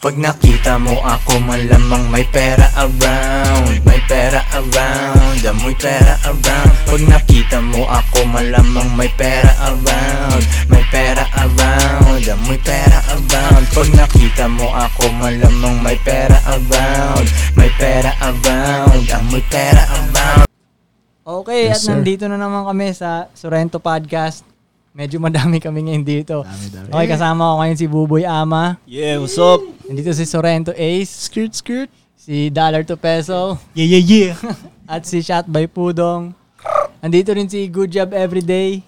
Pag nakita mo ako malamang may pera around May pera around, amoy pera around Pag nakita mo ako malamang may pera around May pera around, amoy pera around Pag nakita mo ako malamang may pera around May pera around, amoy pera around Okay, at Yes, sir. nandito na naman kami sa Sorrento Podcast. Medyo madami kami ngayon dito. Dami, dami. Okay, kasama ko ngayon si Buboy Ama. Yeah, what's up? Nandito si Sorrento Ace, Skirt, skirt. si Dollar to Peso, Yeah, yeah, yeah. at si Shot by Pudong. Nandito rin si Good Job Everyday.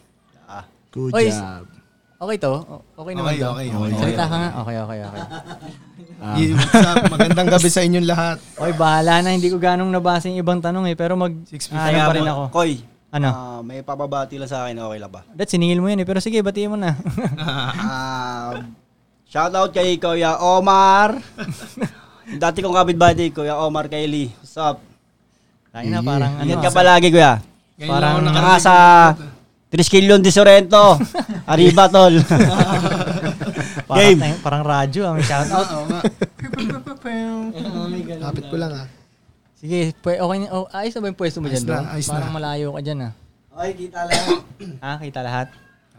Good Oy, job. Okay to? O- Okay naman Okay, to? okay, okay, Salita okay. ka nga? Okay, okay, okay. Ah. Yeah, what's up? Magandang gabi sa inyong lahat. Oy, bahala na. Hindi ko ganong nabasa yung ibang tanong eh. Pero mag... ano pa rin ako. Koy, Ano? ah, may papabati lang sa akin, okay lang ba? Dad, siningil mo yan eh. Pero sige, batiin mo na. Ah, shout out kay Kuya Omar. Dati kong kapitbahay, Kuya Omar kay Lee. What's up? Tayo na, parang ano. Ingat ka palagi, Kuya. Ngayon Parang lang ako Saka nakarinig sa Triskelion de Sorrento. Arriba, tol. Parang, Game. tayong- parang radyo. ah, May shout out. Oo nga. Kapit ko lang ah. Sige, pwe, okay na. Oh, ayos na ba yung pwesto mo dyan? Ayos na, bro? ayos na. Parang malayo ka dyan ah. okay, kita lang. Ah, kita lahat?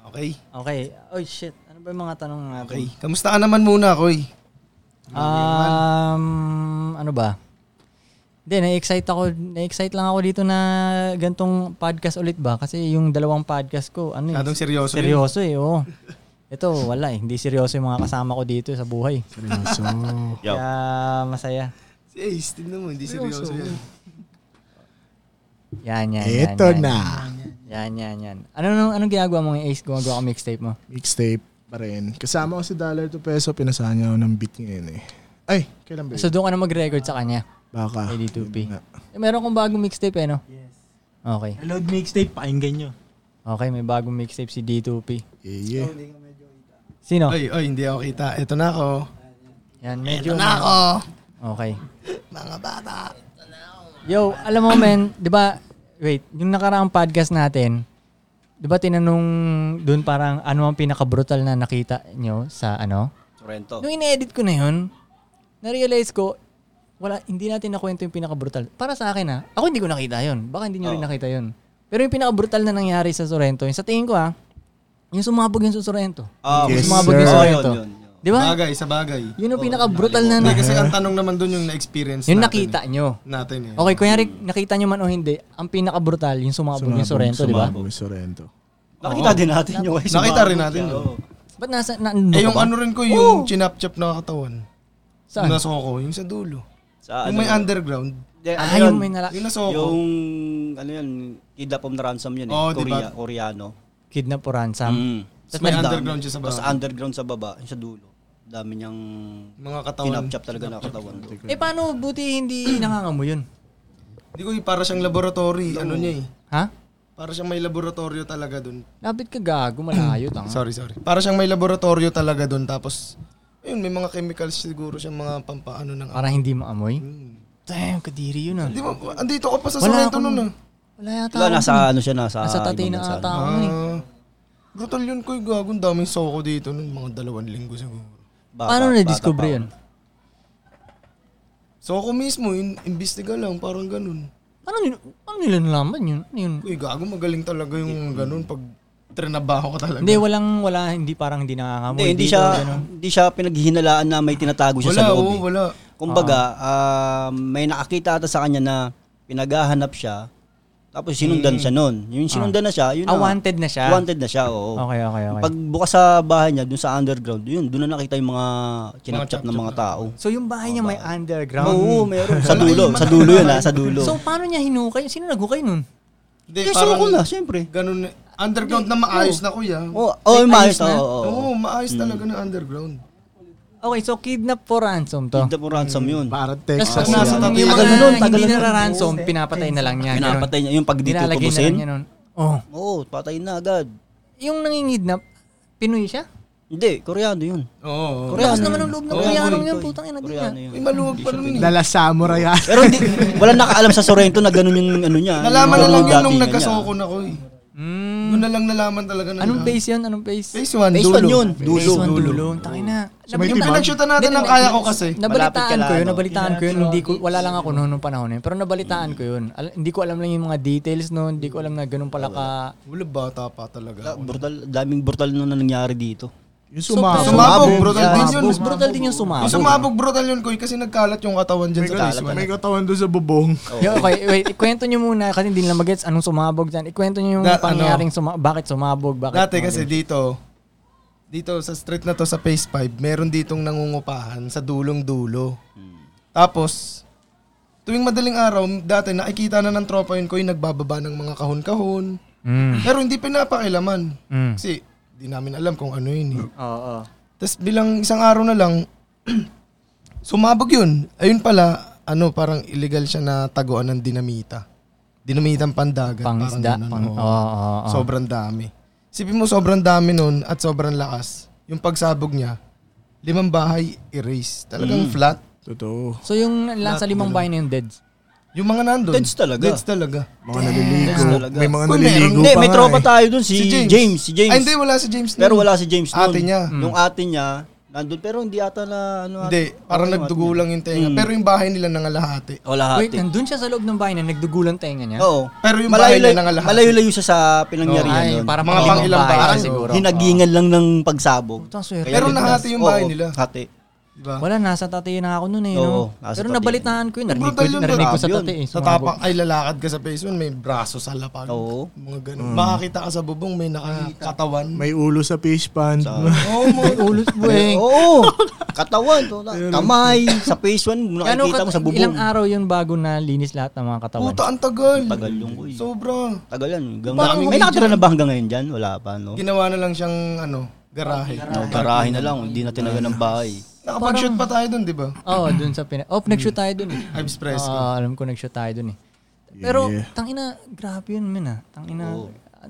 Okay. Okay. Oh shit. Ano ba yung mga tanong natin? Okay. Kamusta ka naman muna, Koy? Um, ano ba? Hindi, na-excite ako, na-excite lang ako dito na gantong podcast ulit ba? Kasi yung dalawang podcast ko, ano eh, Masyadong seryoso yun. Seryoso eh, oo. Ito, wala eh. Hindi seryoso yung mga kasama ko dito sa buhay. Seryoso. Yo. Kaya masaya. Si Ace, tignan Eh, mo, hindi seryoso yan. Yan, yan, yan. Ito yan. na. Yan, yan, yan. Ano, anong, anong ginagawa mo ngayon, Ace? Gumagawa ka mixtape mo? Mixtape pa rin. Kasama ko si Dollar to Peso. Pinasahan niya ako ng beat ngayon eh. Ay, kailan ba yun? So doon ka na mag-record sa kanya. Baka. LD2P. Yun nga. Eh, meron kong bagong mixtape eh, no? Yes. Okay. Load mixtape, pakinggan nyo. Okay, may bagong mixtape si D2P. Yeah, yeah. Sino? Oy, oy, hindi ako kita. Ito na ako. Yan, medyo... ano. Na ako. Okay. Mga bata. Yo, alam mo men, 'di ba? Wait, yung nakaraang podcast natin, 'di ba tinanong doon parang ano ang pinaka-brutal na nakita nyo sa ano? Sorrento. Nung ine-edit ko na 'yon, na-realize ko wala hindi natin nakwento yung pinaka-brutal. Para sa akin ah, ako hindi ko nakita 'yon. Baka hindi niyo rin Oo. nakita 'yon. Pero yung pinaka-brutal na nangyari sa Sorrento, yung sa tingin ko ah, yung sumabog yun sa Sorrento. Ah, Yes, sumabog sir. yung Oh, Sorrento. yun, yun, yun. 'Di ba? Bagay, sa bagay. Yun ang pinaka-brutal na, Hindi, na kasi ang tanong naman dun yung na-experience yung natin nakita nyo. eh. Natin eh. Okay, kunyari, nakita nyo man o hindi, ang pinaka-brutal, yung sumabog, yung Sorrento, di ba? sumabog yung Sorrento. Nakita din natin yung guys. Nakita rin natin oh. yun. Ba't nasa, na, ano Eh, yung ano rin ko, yung chinap-chap na katawan. Saan? Yung nasoko, yung sa dulo. Sa ano, Yung may underground. ah, yung may nala- Yung nasoko. Yung, oh. ano yan, kidnap of ransom yun eh. Oo, di Korea, ba? Koreano. kidnap o ransom. Mm. Tapos diba? may underground siya sa Tapos baba. underground sa baba, yung sa dulo. Dami niyang Mga katawan. kinapchap talaga na katawan. doon. Eh, paano buti hindi nangangamo yun? Hindi ko, para siyang laboratory. Ano niya eh. Ha? Para siyang may laboratorio talaga dun. Lapit ka gago, malayo, tanga. Sorry, sorry. Para siyang may laboratorio talaga dun. Tapos, ayun, may mga chemicals siguro siyang mga pampaano ng... Para hindi maamoy? Hmm. Damn, kadiri yun ah. Di ba, andito ka pa sa Wala Sorrento akong- nun ah. Wala yata. Wala, ako. nasa ano siya, nasa... Nasa tatay ibang na bansa. ata ako. eh. Ah, brutal yun ko, eh, gago. Ang daming soko dito nun. Mga dalawang linggo siguro. Bata- Paano bata na-discover pa yun? ako. Soko mismo, in imbestiga lang, parang ganun. Paano, nil- paano nila nalaman yun? Ano yun? Uy, gago, magaling talaga yung ganun pag trinabaho ka talaga. Hindi, walang, wala, hindi parang hindi nangangamoy. Hindi, hindi siya, hindi siya pinaghihinalaan na may tinatago siya wala, sa loob. oo, eh. wala. Kumbaga, ah, may nakakita ata sa kanya na pinagahanap siya, tapos sinundan siya noon. Yung sinundan na siya, yun Mm. Ah, na. wanted na siya? Ah, Wanted na siya, oo. Okay, okay, okay. Pag bukas sa bahay niya, dun sa underground, yun, dun na nakita yung mga chinapchap ng mga tao. So, yung bahay niya may underground. Oo, meron. Sa dulo, sa dulo yun ha, sa dulo. So, paano niya hinukay? Sino naghukay nun? Hindi, eh, suko na, siyempre. Ganun, eh. underground na maayos na, kuya. Oo, oh, maayos na. Oo, Oo, oo. maayos talaga na underground. Okay, so kidnap for ransom to. Hindi po ransom yun. Para Tapos Texas. pag nasa yung, tabi- yung tagal mga nun, tagal hindi nun. na ransom, pinapatay na lang niya. ganun. Pinapatay niya. Yung pag dito Nilalagay na lang tubusin. niya nun. Oh. Oo, patay na agad. Yung nangingidnap, Pinoy siya? Hindi, Koreano yun. Oo. oo. Lakas naman ang loob ng Oo, Koreanong Koy, yun, putang ina din niya. Koreano yun. Uy, maluwag pa nun eh. Dala samurai yan. Pero hindi, wala nakaalam sa Sorrento na ganun yung ano niya. Nalaman yung na lang yun nung datingan niya. nagkasoko na ko eh. Mm. Doon na lang nalaman talaga na Anong yun. base yun? Anong base? Phase Phase 1, one dulo. yun. Dulo. Phase one, dulo. Tangin na. So, may yung pinag-shootan natin ang kaya ko kasi. Malapit ka Nabalitaan na, ko yun, ano? nabalitaan ko yun. Hindi ko, wala lang ako noon nung panahon na yun. Pero nabalitaan ko yun. Al- hindi ko alam lang yung mga details noon. Hindi ko alam na ganun pala ka... Wala bata pa talaga. ako. Brutal, daming brutal nun na nangyari dito. Yung sumabog. Sumabog, brutal Yeah. din yun. Mas brutal din yung Yung sumabog. sumabog, brutal yun, Koy, kasi nagkalat yung katawan dyan May, sa ano? kat- katawan. may katawan doon sa bubong. Yo, okay, wait. Ikwento nyo muna kasi hindi nila magets anong sumabog dyan. Ikwento nyo yung Da- pangyayaring suma- bakit sumabog, bakit Dati kasi dito, dito sa street na to sa Phase 5, meron ditong nangungupahan sa dulong dulo. Tapos, tuwing madaling araw, dati nakikita na ng tropa yun ko yung nagbababa ng mga kahon-kahon. Mm. Pero hindi pinapakilaman. Mm. Kasi di namin alam kung ano yun Oo. eh. oo. Tapos bilang isang araw na lang, sumabog yun. Ayun pala, ano, parang illegal siya na taguan ng dinamita. Dinamitang pandagat. parang Pangisda. ganun, Pang, oo. oo, oo, oo. Sobrang dami. Sipin mo sobrang dami nun at sobrang lakas. Yung pagsabog niya, limang bahay erase. Talagang Hmm. flat. Totoo. So yung nasa limang bahay na yung deads. Yung mga nandun. Deads talaga. Deads talaga. Mga naliligo. talaga. May mga Kung naliligo meron- Hindi, pa may nga tropa eh. tayo dun, si, James. Si James. Ay, hindi, wala si James. Pero nun. wala si James nun. Hmm. Ate niya. Hmm. Yung ate niya, nandun. Pero hindi ata na... Ano, Hindi, parang okay, nagdugo ate niya. lang yung tenga. Mm. Pero yung bahay nila nangalahati. O lahat. Wait, nandun siya sa loob ng bahay na nagdugulan tenga niya? Ah, Oo. Pero yung bahay malayo-layo niya nangalahati. malayo-layo siya sa pinangyarihan Ay, nun. parang Mga pang pangilang bahay bahay. na siguro. Hinagingan lang ng pagsabog. Putang swerte. Pero ligtas. nahati yung bahay Oo, nila. Hati. Diba? Ano, Wala, nasa tatay na ako noon eh. Oo, No? nasa Pero tatay. nabalitaan ko yun. Narinig ko, Brutal yun, narinig ko sa grabe yun. tatay eh. Sa sumabog. tapak ay lalakad ka sa face yun, may braso sa lapag. Oo. Hmm. Mga ganun. Makakita ka sa bubong, may nakakatawan. May ulo sa fish pond. Oo, mo. Ay, ulos eh. buweng. Oo. Katawan. to. Kamay. Sa face one, nakikita mo sa bubong. Ilang araw yun bago na linis lahat ng mga katawan? Puta, ang tagal. Tagal yung Koy. Sobra. Tagal yan. Hanggang Parang may, yung may nakatira na ba hanggang ngayon dyan? Wala pa, no? Ginawa na lang siyang, ano, garahe. No, garahe na lang. Hindi na tinaga ng bahay. Nakapag-shoot pa tayo dun, di ba? Oo, oh, dun sa Pinay. Oh, nag-shoot tayo dun eh. Ah, Ives Fresco. Oo, alam ko nag-shoot tayo dun eh. Pero, Yeah. tangina, grabe yun, men ah. Tangina,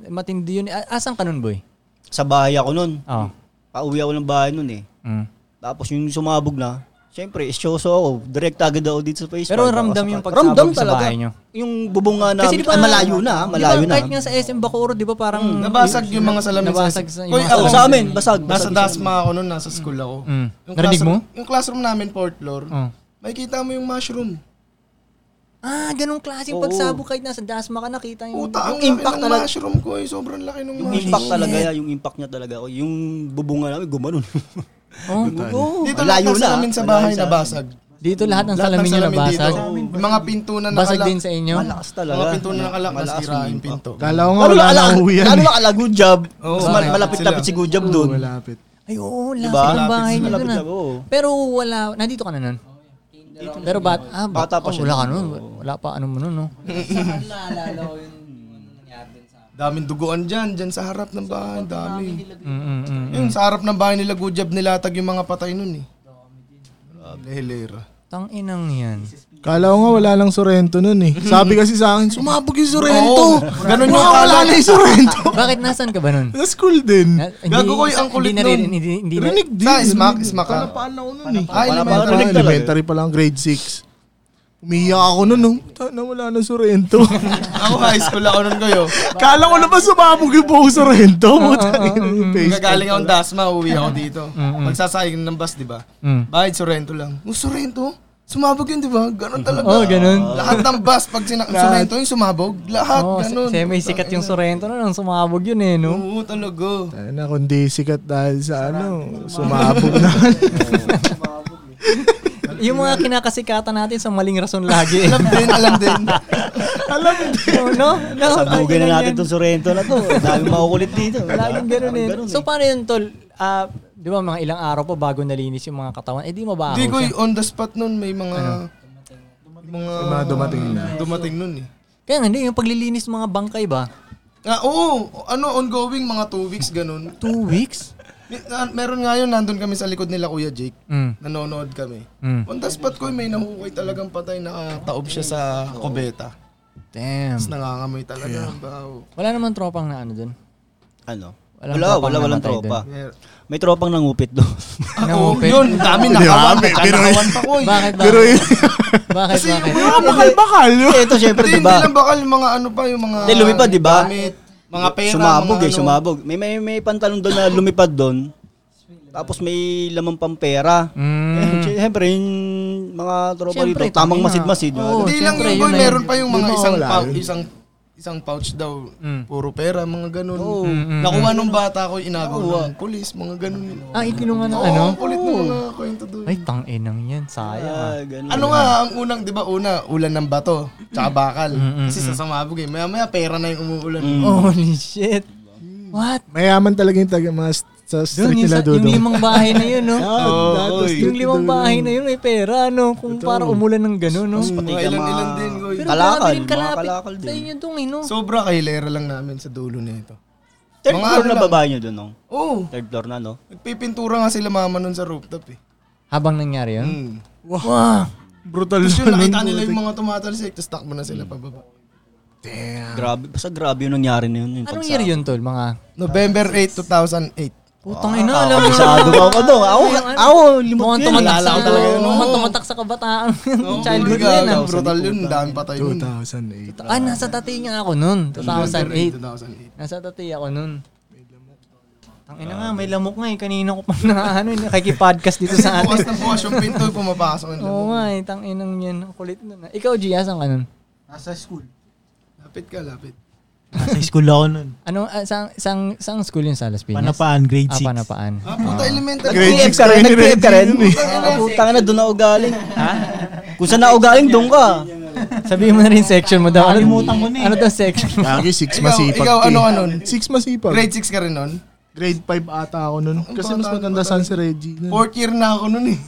matindi yun. eh. A- Asan ka nun, boy? Sa bahay ako nun. Oo. Pauwi ako ng bahay nun eh. Mm. Tapos yung sumabog na, Siyempre, isyoso ako. Direct agad ako dito sa Facebook. Pero ramdam yung pagsabog sa bahay nyo? Yung bubunga na, Kasi na- malayo na, ah, di ba, malayo na. Kahit nga sa SM Bacoor, di ba parang... Nabasag yung mga salamin Nabasag sa- yung Uy, mga ako, Oh, sa amin, basag. Nasa basag dasma ako noon, nasa school ako. Mm. Hmm. Narinig mo? classroom- Yung classroom namin, fourth floor. Oh. Makikita mo yung mushroom. Ah, ganung klaseng Oo. pagsabog kahit nasa dasma ka nakita yung... Puta, Yung ang laki impact ng talaga. mushroom ko. Eh. Sobrang laki ng Yung mushroom. impact talaga yan, yung impact niya talaga. O, yung bubunga namin, gumanon. Oh. Oo, Dito lang malayo sa amin sa malayo bahay sa- nabasag. Dito lahat ng Lahat ng salamin nyo salamin nabasag. dito. Yung mga pinto na Basag nakalak. din sa inyo. Malakas talaga. Mga pinto na nakalak. Malakas Nasira yung yung impact. pinto. Kala ko nga Lalo wala eh. lang, na ala- uwi yan. lalo lang alagun job. Oo, Mas malapit malapit-lapit sila. si Good Job doon. Malapit. Ay, oo, lapit Diba? ang bahay Malapit niya sila, doon. ah. oo. Pero wala, nandito ka na nun? Pero bat, ah, Bata pa oh, siya Wala ka nun, nun, oo. wala pa ano mo nun, no? Daming duguan dyan. Dyan sa harap ng bahay. Dami. Mm, mm, mm. Yung sa harap ng bahay nila, good job nilatag yung mga patay nun eh. Hilera. Tang inang yan. Kala ko nga wala lang Sorrento nun eh. Sabi kasi sa akin, sumabog yung Sorrento. Ganun yung kala na yung Sorrento. Bakit nasan ka ba nun? Sa school din. Na- hindi- Gago ko yung ang kulit hindi nun. narinig- Hindi, hindi, Rinig din. Sa Ismak, Ismak ka. Palapaan ako nun eh. Ah, Palapaan elementary. ako, Rinig talaga. elementary pa lang, grade 6. Umiiyak ako nun, no? Puta na wala na Sorrento. Ako high school ako nun kayo. Kala ko naman sumabog yung buong Sorrento. Puta yung face. Gagaling akong Dasma, uwi ako dito. Magsasayang ng bus, di ba? Mm. Bayad Sorrento lang. Oh, Sorrento? Sumabog yun, di ba? Ganon talaga. Oh, ganun. Lahat ng bus, pag sinak Sorrento yung sumabog, lahat, Oh, ganun. se- semi sikat yung Sorrento na nung sumabog yun eh, no? Oo, talaga. Ano, kundi sikat dahil sa ano, sumabog na. Yung mga kinakasikatan natin sa maling rason lagi. eh. Alam din, alam din. Alam mo, no? no? Sabugin na yan. natin itong Sorrento na to. Dami makukulit dito. Laging ganun eh. Ganun So paano yun, Tol? Ah, di ba mga ilang araw pa bago nalinis yung mga katawan? Eh di mabaho Hindi ko siya. on the spot nun, may mga... Mga, mga dumating na. Dumating nun eh. Kaya nga, hindi, yung paglilinis ng mga bangkay ba? Ah, oo, ano, ongoing mga two weeks, ganun. Two weeks? May- na- Meron nga yun, nandun kami sa likod nila Kuya Jake. Mm. Nanonood kami. Mm. On the spot ko, may nahukay talagang patay na taob siya sa kubeta. Damn. Tapos nangangamoy talaga. Baho. Wala naman tropang na ano dun. Ano? Walang wala, tropang wala, walang namatay tropa. Mer- May tropang nangupit doon. Ah, Ano, oo, pe? yun, dami na kawan. Nakawan pa ko eh. Bakit, bakit? Pero yun, bakit, bakit? mga bakal-bakal yun. Eh, Ito, syempre, Hindi, di hindi ba? lang bakal, yung mga ano pa, yung mga... Hindi, diba? lumipad, di ba? Gamit. Mga pera, sumabog mga eh, ano. sumabog. May, may, may pantalon doon na lumipad doon. Tapos may lamang pampera. Mm. Eh, Siyempre, yung mga tropa Siyempre, dito, tamang tangina. masid-masid. Oo. Hindi lang syempre, yung yun goal, na yun. meron pa yung Di mga ba isang, wala pou- yun? isang, isang pouch daw, Mm. puro pera, mga ganun. Oo. Mm, mm, Nakuha nung bata ko, inagaw ng pulis, mga ganun. yun. Ah, ikinungan ng Oo, ano? ang kulit ng mga kwento doon. Ay, tang-inang yan. Sayang. Ah, ganun. Ano nga, ang unang, di ba, una, ulan ng bato, tsaka bakal. Mm, mm, Kasi sa sumabog eh, maya-maya pera na yung umuulan. Mm. ah. Holy shit. What? Mayaman talaga yung taga mga st- Doon, sa street yung, nila sa- yung dudo. limang bahay na yun, no? Oh, Ah, Oo, datos oy. yung dito, limang dudo. bahay na yun, may pera, no? Kung para umulan ng gano'n, no? Mas pati Mga ka ilan- mga- ilan din, Goy. Pero Kalakal, grabe rin mga kalapit kalakal din. Sa inyo itong, no? Oh, Sobra kahilera lang namin sa dulo nito. Third Mga floor ano na lang. babae nyo doon, no? Oo, oh, Third floor na, no? nagpipintura nga sila mama nun sa rooftop eh. Habang nangyari yun? Hmm. Mm. Wow. Brutal Tapos yun, nun. nakita nila yung mga tumatalsik, tapos takbo na sila pababa. Grabe, basta grabe yung nangyari na yun. Yung Anong pagsa- year yun, tol? Mga... November 8, 2008. Putang ina, alam mo. Ah, Kabisado ka ako doon. Ako, ako, limot Mukhang ko yun. tumatak sa, Naalala ko talaga yun, oo. mukhang tumatak sa kabataan. Childhood na Gago, yun, ah. Brutal yun, dami patay nun. 2008. Ah, nasa tati nga ako nun. 2008. 2008. Nasa tati ako nun. Tangina nga, may lamok nga eh. Kanina ko pa na ano, eh, nakikipodcast dito sa Bukas atin. na bukas yung pinto, pumapasok na lang. Oo nga eh, tanginang yan. Ang Kulit nun. ah. Ikaw, Gia, saan ka nun? Nasa school. Lapit ka, lapit. Nasa school ako nun. Ano, ah, saan, saan, saan school yun sa Las Piñas? Panapaan, grade 6. Ah, panapaan. Ah, puta elementary. Nag-PF ka rin, nag-PF ka rin. eh. Ah, Puta ka na, doon ako galing. Ha? Kung saan ako galing, doon ka. Sabihin mo na rin section mo daw. Ano, Nakalimutan ko na eh. Ano daw section? Kagi, six Ikaw- masipag. ikaw, ka eh. ano ka nun? Six masipag. Grade 6 ka rin nun? Grade 5 ata ako nun. Kasi mas bata, maganda bata. saan si Reggie. nun. Fourth year na ako nun eh.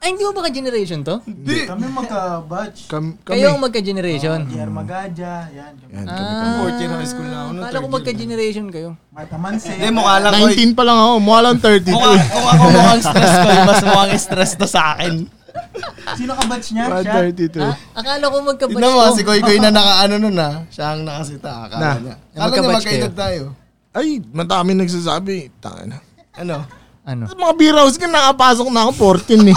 Ay, hindi mo ba ka-generation to? Hindi. Kami magka-batch. Kam- kami. Kayo ang magka-generation. Pierre Magaja, yan. kami. Yan, kami. Ah, Fourth ano eh, year high school na ako Kala nun. ko third year. magka-generation kayo. Marta Manse. Hindi, mukha lang ko. eh. 19 pa lang ako. Mukha lang 32. Mukha, kung ako mukhang stress ko, eh, mas mukhang stress to sa akin. Sino ka-batch niya? Mukha Siya? 32. Ah, akala ko magka-batch Tignan mo, ko. si Koy Koy na naka-ano nun ah. Siya ang nakasita, akala Na. niya. Yung Akala niya magkabatch magkaedad tayo. Ay, madami nagsasabi. Tanga na. Ano? Ano? Sa mga beer house ka, nakapasok na ako 14 eh.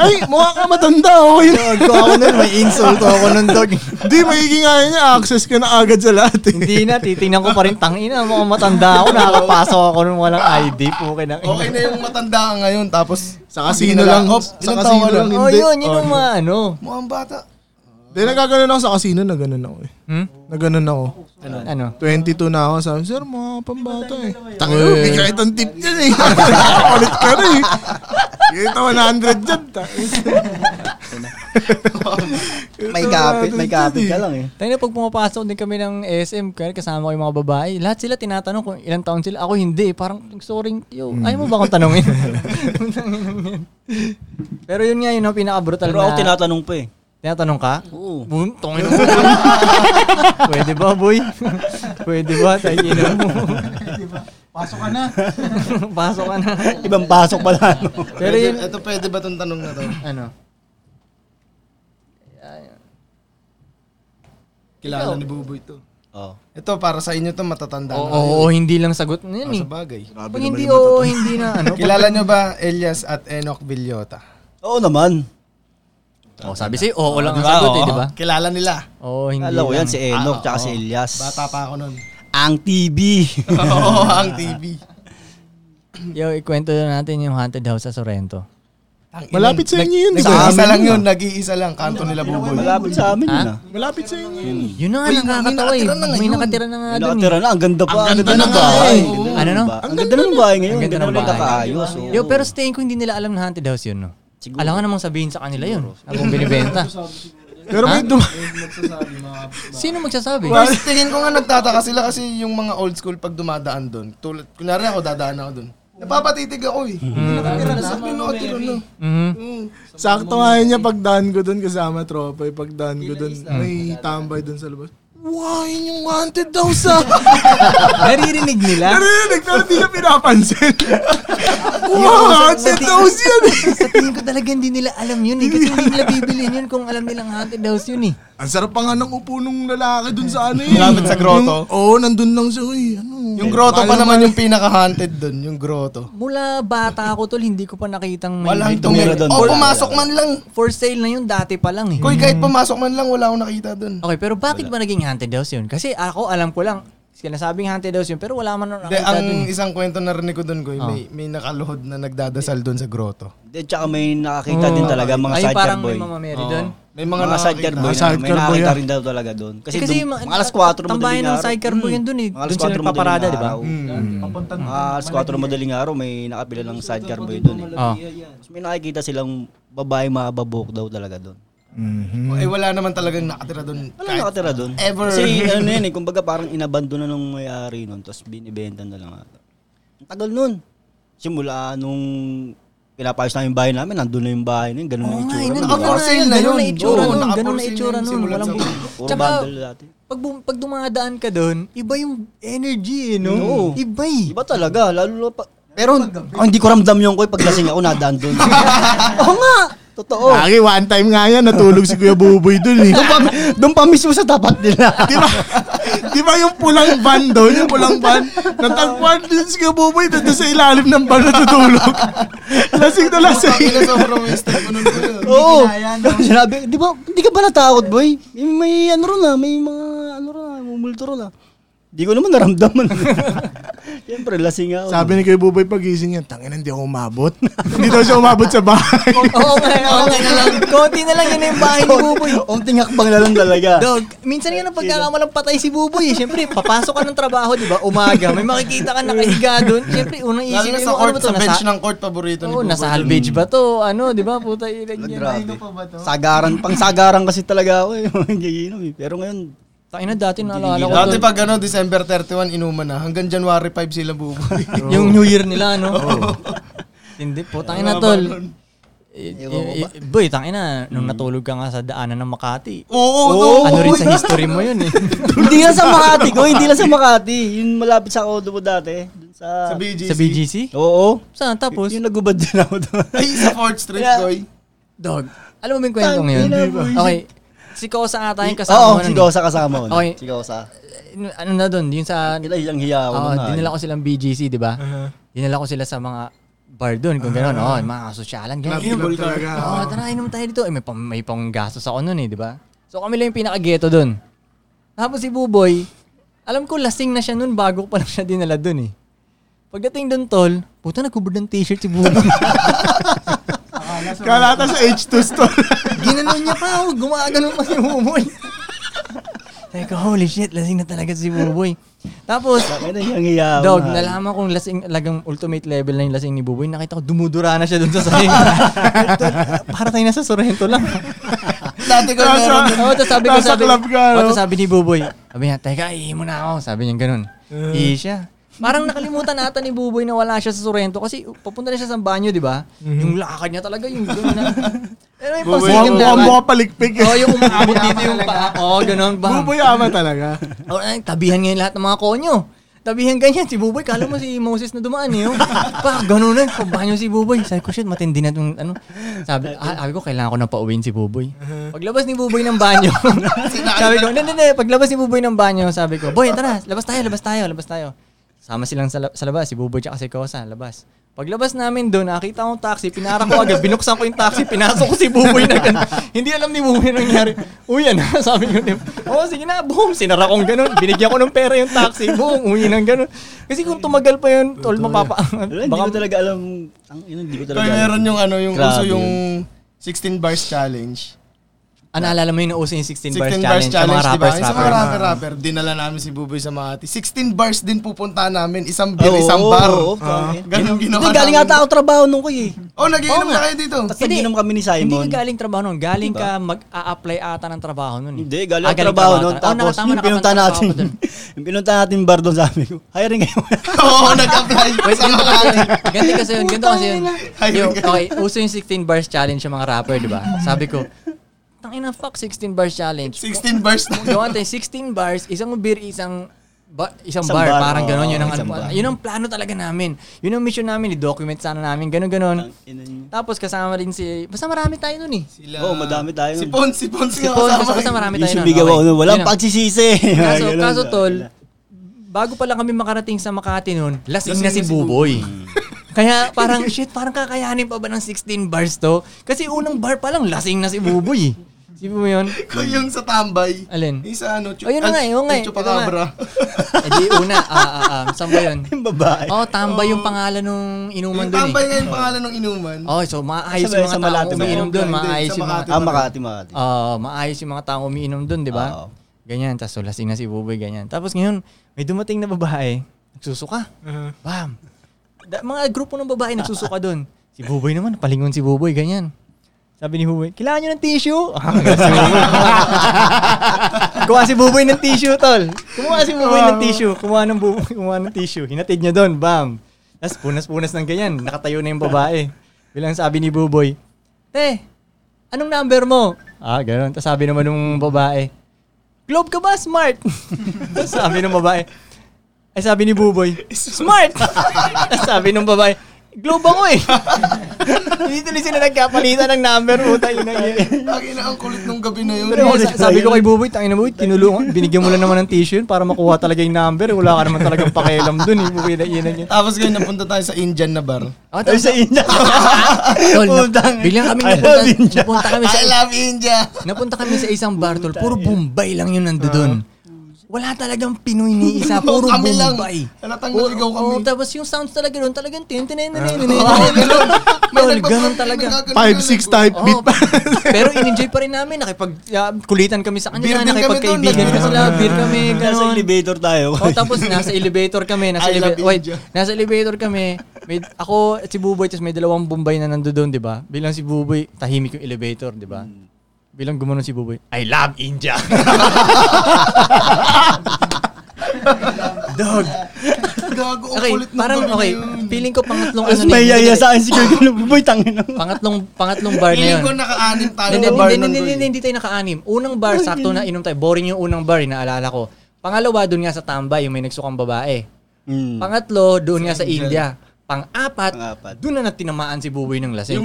Ay, mukha ka matanda. Okay na. Tawag ko ako nun, may insult ako nun, dog. Hindi, magiging ayaw niya. Access ka na agad sa lahat eh. Hindi na, titingnan ko pa rin. Tangina, mukhang matanda ako. Nakakapasok ako nung walang ID. Pukin ang Okay na yung matanda ka ngayon, tapos... Sa casino lang. Op, Sa ilang casino taon ka lang. na? Oh, hindi. yun. Yun yung mga ano. Mukhang bata. Hindi, nagkaganon ako sa casino. Naganon ako eh. Hmm? Naganon ako. Ano? 22 na ako. Sabi, sir, mga pambata eh. Tango, bigay itong tip dyan eh. Palit ka na eh. Bigay ito 100 dyan. May kapit, may kapit ka lang eh. Tayo na pag pumapasok din kami ng SM, kaya kasama ko yung mga babae, lahat sila tinatanong kung ilang taon sila. Ako hindi. eh. Parang, sorry, yo, ayaw mo ba akong tanongin? Tanginang yan. Pero yun nga yun, no, pinaka-brutal Pero ako na. tinatanong pa eh. tinatanong ka? Oo. Boom, tongin mo. Pwede ba, boy? Pwede ba? Tangin mo. Pasok ka na. Pasok ka na. Ibang pasok pala, no? Pero yun, Ito pwede ba tong tanong na to? ano? Kilala ni Buboy to. Oo. Ito, para sa inyo to, matatanda Oo, na. kayo. oo, hindi lang sagot na Ah, yun eh. Sa bagay. Pag hindi oo, hindi na ano. Kilala nyo ba Elias at Enoch Villota? Oo naman. Oh, sabi sa'yo, oo lang ang Diba? sagot eh, Oo. di ba? Kilala nila. Oo, hindi Ah, Alam ko yan, lang. si Enoch, Ah, tsaka oo. si Elias. Bata pa ako nun. Ang TV. Oo, ang TV. Yo, ikwento na natin yung haunted house sa Sorrento. Malapit sa inyo yun, di ba? Nag-iisa lang yun, Ano nag-iisa lang. Kanto nila Buboy. Malapit sa amin yun, Ha? ah. Malapit sa inyo yun. Yun na nga, Uy, nakakatawa may eh. nakatira na May ngayon. nakatira na nga May Ah, dun eh. nakatira na. Ang ganda pa. Ang ganda ng ng bahay. Oo. Ano, ano? Ang ganda ng bahay ngayon. Ang Ang ganda ng ganda ng bahay. kakaayos. eh. oo. Yo, pero sa tingin ko hindi nila alam na haunted house yun, no? Siguro. Alam nga namang sabihin sa kanila yun. Habang binibenta. Pero may dum- Sino magsasabi? First, tingin ko nga nagtataka sila kasi yung mga old school pag dumadaan doon. Tulad, kunwari ako, dadaan ako doon. Napapatitig ako eh. Mm. Hindi nakatira na sa akin, nakatira na. Mhm. Mm. Sakto nga yun niya pagdaan ko doon kasama tropa. eh. Pagdaan ko doon, may tambay doon sa labas. Wow, yun yung wanted daw sa... Naririnig nila. Narinig, pero di niya pinapansin. Oh, wow, wanted daw siya. sa tingin ko talaga hindi nila alam yun eh. Kasi hindi nila bibiliin yun kung alam nilang haunted house yun eh. Ang sarap pa nga ng upo nung lalaki doon sa ano eh. Malapit sa grotto? Yung- Oo, nandun lang siya. Uy, ano? Yung grotto pa naman yung pinaka-haunted doon, yung grotto. Mula bata ako tol, hindi ko pa nakitang may... Walang tumira tumira doon. doon. O pumasok man lang. For sale na yun, dati pa lang eh. Kuy, kahit pumasok man lang, wala akong nakita doon. Okay, pero bakit ba naging haunted house yun? Kasi ako, alam ko lang, Sinasabing haunted house yun, pero wala man nung Hindi, nakita ang dun. eh. isang kwento na rinig ko doon, Goy, Oh. may, may nakaluhod na nagdadasal doon sa groto. Hindi, tsaka may nakakita din talaga mga Hmm. Ay, sidecar parang boy. may mamameri doon. Oo. May mga, Mga, mga sidecar boy. na, Mga may sidecar boy nakakita yan. rin daw talaga doon. Kasi, Eh, kasi dun, ma- mga alas 4 tambayan madaling ng araw. sidecar boy yun dun eh. Mga alas Dun sila 4 madaling nagpaparada, di ba? araw. Hmm. Papunta Mga alas 4 madaling araw, may nakapila ng sidecar boy doon eh. Oh. Tapos May nakikita silang babae mababok daw talaga doon. Mhm. Eh, wala naman talagang nakatira doon. Wala nakatira doon. ever. Kasi ano yun eh, kumbaga parang inabandona nung may-ari nun, tapos binibenta na lang ata. Ang tagal nun. Simula nung pinapayos namin yung bahay namin, nandun na yung bahay na yun, ganun na yung itsura. nun, di naka- ba? for sale na ganun yun. na itsura Oo, nun, naka- ganun for na sale itsura na yun nun. simulan Walang sa bu- ulo. Puro Tsaka, bundle dati. pag, bum- pag dumadaan ka doon, iba yung energy eh, no? Oo. Iba eh. Iba talaga, lalo na pa... Pero ang Ah, hindi ko ramdam yung koy paglasing ako nadaan doon. Oo nga! Totoo. Lagi, one time nga yan, natulog si Kuya Buboy dun eh. Ano Doon pa, doon pa mismo sa tapat nila. Di ba? Di ba yung pulang van doon? Yung pulang van? Natagpuan din si Kabuboy doon sa ilalim ng van natutulog. lasing na lasing. Ina sobrang wasted ko nun, Goy. Oo. kinaya, Sinabi, di ba, hindi ka ba natakot, boy? May, may ano ron ah, may mga ano ron ah, mumulto ron ah. Di ko naman naramdaman. Siyempre, lasing ako. Sabi ni Kuya Buboy pagising yan, tangin hindi ako umabot. hindi daw siya umabot sa bahay. Oo nga, oo nga na lang. Konti na lang yun yung bahay ni Buboy. Omting hakbang na lang talaga. Dog, minsan nga nang pagkakamalang patay si Buboy. eh. Siyempre, papasok ka ng trabaho, di ba? Umaga, may makikita ka nakahiga doon. Siyempre, unang Lalo isip na mo, sa ano ba court, to? sa bench Nasa, ng court, paborito ni oh, nasa Buboy. halvage ba to? Ano, di ba? Puta, ilan yan. Grabe. Sagaran, pang sagaran kasi talaga ako eh. Hindi iinom eh. Pero ngayon, Tayo na dati, naalala ko. Dati doon. pag ano, December 31, inuman na. Hanggang January 5 sila bubuhay. Yung New Year nila, no? Hindi po, tangin na, tol. Eh, eh, eh, Boy, tangin na. Nung natulog ka nga sa daanan ng Makati. Hmm. Oo, oh, no. Ano rin sa history mo yun eh. hindi lang sa Makati ko, hindi lang sa Makati. Yung malapit sa Kodobo dati. Dun sa... Sa BGC. sa BGC? Oo. Saan? Tapos? Yung nagubad din ako doon. Ay, sa 4th Street, Yeah. Goy. Dog. Alam mo ba yung kwentong Tangina, yun? boy. Okay. Si Kosa nga tayong Oo, kasama mo si nun. eh. Gosa kasama ko. nun. Okay. Si Gosa. Ano na doon? Yung sa... Nila hiyang hiya ako. Oh, nun, ah. dinala ko silang BGC, di ba? Uh-huh. Dinala ko sila sa mga bar doon, kung gano'n. Oo, mga kasosyalan. Ganyan. Club, club Inom. talaga. Oo, tara, inom tayo dito. Eh, may, pang, may panggastos ako noon eh, di ba? So kami lang yung pinaka-ghetto doon. Tapos si Buboy, alam ko lasing na siya noon bago ko pa lang siya dinala doon eh. Pagdating doon, tol, puta nagkubod ng t-shirt si Buboy. Kala ata sa H2 store. Ginanon niya pa ako, gumagano pa si Buboy. Sabi ko, holy shit, lasing na talaga si Buboy. Tapos, Kaya hiyang hiya ako. Dog, nun, ah. nalaman kong lasing, lagang ultimate level na yung lasing ni Buboy. Nakita ko, dumudura na siya dun sa sahig. Para tayo nasa Sorrento lang. Dati ko meron Nasa- din. Oo, tapos sabi ko, Nasa sabi, club ka, Oo, no? tapos sabi ni Buboy, sabi niya, teka, ihi mo na ako. Sabi niya ganun. Uh. Ihi siya. Parang nakalimutan ata ni Buboy na wala siya sa Sorrento kasi papunta na siya sa banyo, di ba? Mm-hmm. Yung lakad niya talaga, yung gano'n na. Pero yung pang Mukhang second mukhang dapat. mukha palikpik. Oo, yung umaabot dito yung paa. Oo, ganun. Bam. Buboy ama talaga. Oh, ay, tabihan ngayon lahat ng mga konyo. Tabihan ganyan, si Buboy. Kala mo si Moses na dumaan eh. oh. Pa, ganun na. Pabanyo si Buboy. Sabi ko, shit, matindi na itong ano. Sabi, ah, sabi ko, kailangan ko na pauwiin si Buboy. Paglabas ni Buboy ng banyo, sabi ko, hindi, hindi, paglabas ni Buboy ng banyo, sabi ko, boy, tara, labas tayo, labas tayo, labas tayo. Sama silang sa, la- sa labas, si Buboy tsaka si Kosa, labas. Paglabas namin doon, nakita akong taxi, pinara ko agad, binuksan ko yung taxi, pinasok ko si Buboy na ganun. Hindi alam ni Buboy anong nangyari. Uy, ano, sabi ko, di- oo, sige na, boom, sinara kong ganun. Binigyan ko ng pera yung taxi, boom, uwi ng ganun. Kasi kung tumagal pa yun, tol, mapapa... Wala, hindi ko talaga alam. Ang ina, hindi ko talaga Goy, meron yung ano, yung Grabe uso yung yun. 16 bars challenge. Ah, naalala mo yung nauso yung 16 bars challenge, 16 sa mga diba? rappers, Yung Sa mga rappers. rapper, rapper. Dinala namin si Buboy sa Makati. 16 bars din pupunta namin. Oh, Isang beer, isang bar. Oo, oo, Ah. oo. Ganun ginawa Hindi, galing namin. ata ako trabaho nung kuy eh. Oh, nagiinom na kayo dito. Tapos naginom kami ni Hindi Simon. ka galing trabaho nun. Galing ka mag-a-apply ata ng trabaho nun. eh. Diba? Hindi, galing Ah, ako trabaho trabaho noon. tra- Oh, Tapos nakatama, yung pinunta nakapagtrabaho natin, ako dun. yung pinunta natin bar doon sa amin ko. Hiring kayo. Oo, nag-apply sa Makati. Ganti kasi yun, ganito kasi yun. Ayun, Yung, ganun. okay, uso yung 16 bars challenge sa mga rapper, di ba? Sabi ko, tangina fuck 16 bars challenge. 16 bars na. Gawa tayo 16 bars, isang beer, isang ba- isang, Isang bar, bar, parang oo, gano'n. Yun ang, isang ano- bar. yun ang plano talaga namin. Yun ang mission namin, i-document sana namin, gano'n gano'n. Tapos kasama rin si, basta marami tayo nun eh. Sila. Oo, madami tayo nun. Si Pons, si Pons Si nga Paul, kasama. basta, basta marami tayo Yung nun. sumigaw okay. ako nun, walang Yun ang- pagsisisi. Kaso, Ganun kaso na. tol, bago pa lang kami makarating sa Makati noon, lasing na si Buboy. Kaya parang, shit, parang kakayanin pa ba ng 16 bars to? Kasi unang bar pa lang, lasing na si Buboy. eh. Sipin mo yun? Kung yung sa tambay. Alin? Yung sa ano, chu- Ayun na nga, yun nga eh. yung chupacabra. Eh di una, ah, ah, ah, saan ba yun? Yung babae. Oh, tambay yung pangalan nung inuman Yung doon tambay eh. nga yung pangalan ng inuman. Oh, so maayos Sa- yung sa mga taong Malate ba? umiinom doon, Hindi, maayos sa yung mga... Makati. ah, Makati, Makati. Ah, maayos yung mga taong umiinom doon, di ba? Oo. Ganyan, tapos lasing na si Buboy, ganyan. Tapos ngayon, may dumating na babae, nagsusuka. Bam! Da- mga grupo ng babae nagsusuka doon. Si Buboy naman, palingon si Buboy, ganyan. Sabi ni Buboy, kailangan nyo ng tissue? Ah, ganun si Buboy. Kuha si Buboy ng tissue, tol. Kumuha si Buboy ng tissue. Kumuha ng, Buboy, kumuha ng tissue. Hinatid niya doon, bam. Tapos punas-punas ng ganyan. Nakatayo na yung babae. Bilang sabi ni Buboy, Te, anong number mo? Ah, ganun. Tapos sabi naman ng babae, Globe ka ba, smart? Tapos sabi ng babae, ay sabi ni Buboy, smart! Tapos sabi ng babae, Globe ako eh. Hindi tuloy sila nagkapalitan ng number. Puta, yun na yun. Lagi na ang kulit nung gabi na yun. Pero sa- sabi ko kay Buboy, tangin na Buboy, kinulungan, binigyan mo lang naman ng tissue yun para makuha talaga yung number. Wala ka naman talagang pakialam dun. Eh. Buboy na inan yun. Tapos ngayon, napunta tayo sa Indian na bar. Ako Ay, sa inyo. tol, Utang. na, biglang kami I napunta, love India. napunta kami sa I love India! napunta kami sa isang bar, tol. Puro Bombay lang yun nandoon. Wala talagang Pinoy ni isa. Ah, Puro Kami lang. Bombay. Halatang Puro- naligaw kami. oo, tapos yung sounds talaga doon, talagang tintinay na May Tol, nagpa- ganun may talaga. nagkaganon Five, yun, nag- six type Oo, beat pa. pero in-enjoy pa rin namin. Nakipag-kulitan kami sa kanila. Beer din kami Nakipagkaibigan doon, kami sila. Beer kami. Nasa ganun. elevator tayo. Oh, tapos nasa elevator kami, nasa I love elevator. Wait, India. nasa elevator kami. May ako at si Buboy tapos may dalawang Bombay na nandoon, 'di ba? Bilang si Buboy, tahimik yung elevator, 'di ba? Bilang gumanon si Buboy, I love India. Dog. Gago, ang Okay, kulit nung parang gabi na okay. yun. Feeling ko pangatlong Tapos na may yun. yaya sa akin si Kuya Boy, tangin na. Pangatlong pangatlong bar na Feeling ano 'yun. ko naka-anim tayo Hindi, na bar hindi, nun. hindi, Roy. hindi, hindi tayo naka-anim. Unang bar, sakto na inom tayo. Boring yung unang bar, eh, naalala ko. Pangalawa, doon nga sa Tambay, yung may nagsukang babae. Mm. Pangatlo, doon nga sa India. Pang-apat, Pang-apat. doon na natinamaan si Buboy ng lasing. Yung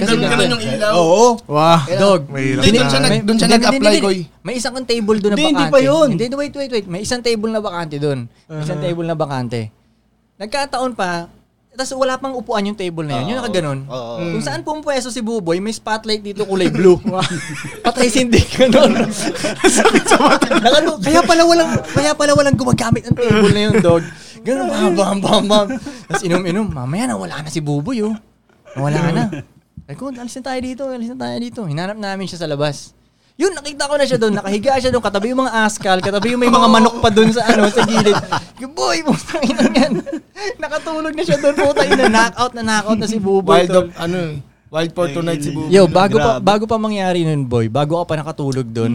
nga- ganun-ganun yung ilaw. Oo. Wow. Dog. Mahirap Hindi, na. Doon siya nag- may- doon hindi, hindi, siya nag-apply, hindi, Koy. May isang kang table doon na Hindi, bakante. hindi pa yun. Hindi, wait, wait, wait. May isang table na bakante doon. May isang table na bakante. Nagkataon pa, tapos wala pang upuan yung table na yun. Yung nakaganon. Oo. Kung saan pumweso si Buboy, may spotlight dito kulay blue. Patay sindi ka nun. Nakano, kaya pala walang kaya pala walang gumagamit ng table na yun, dog. Ganun, bam, bam, bam, bam. Tapos inom-inom, mamaya na wala na si Buboy, oh. Nawala na. Ay ko, alis na tayo dito, alis na tayo dito. Hinanap namin siya sa labas. Yun, nakita ko na siya doon. Nakahiga siya doon. Katabi yung mga askal. Katabi yung may Oh. mga manok pa doon sa ano, sa gilid. Yung Boy, putang ina yan. Nakatulog na siya doon. Putang ina, knockout na knockout na si Buboy. Wild tol. up, ano eh. Wild for tonight si Bubo. Yo, bago pa Grabe. bago pa mangyari nun, boy, bago ka pa nakatulog Hmm. dun,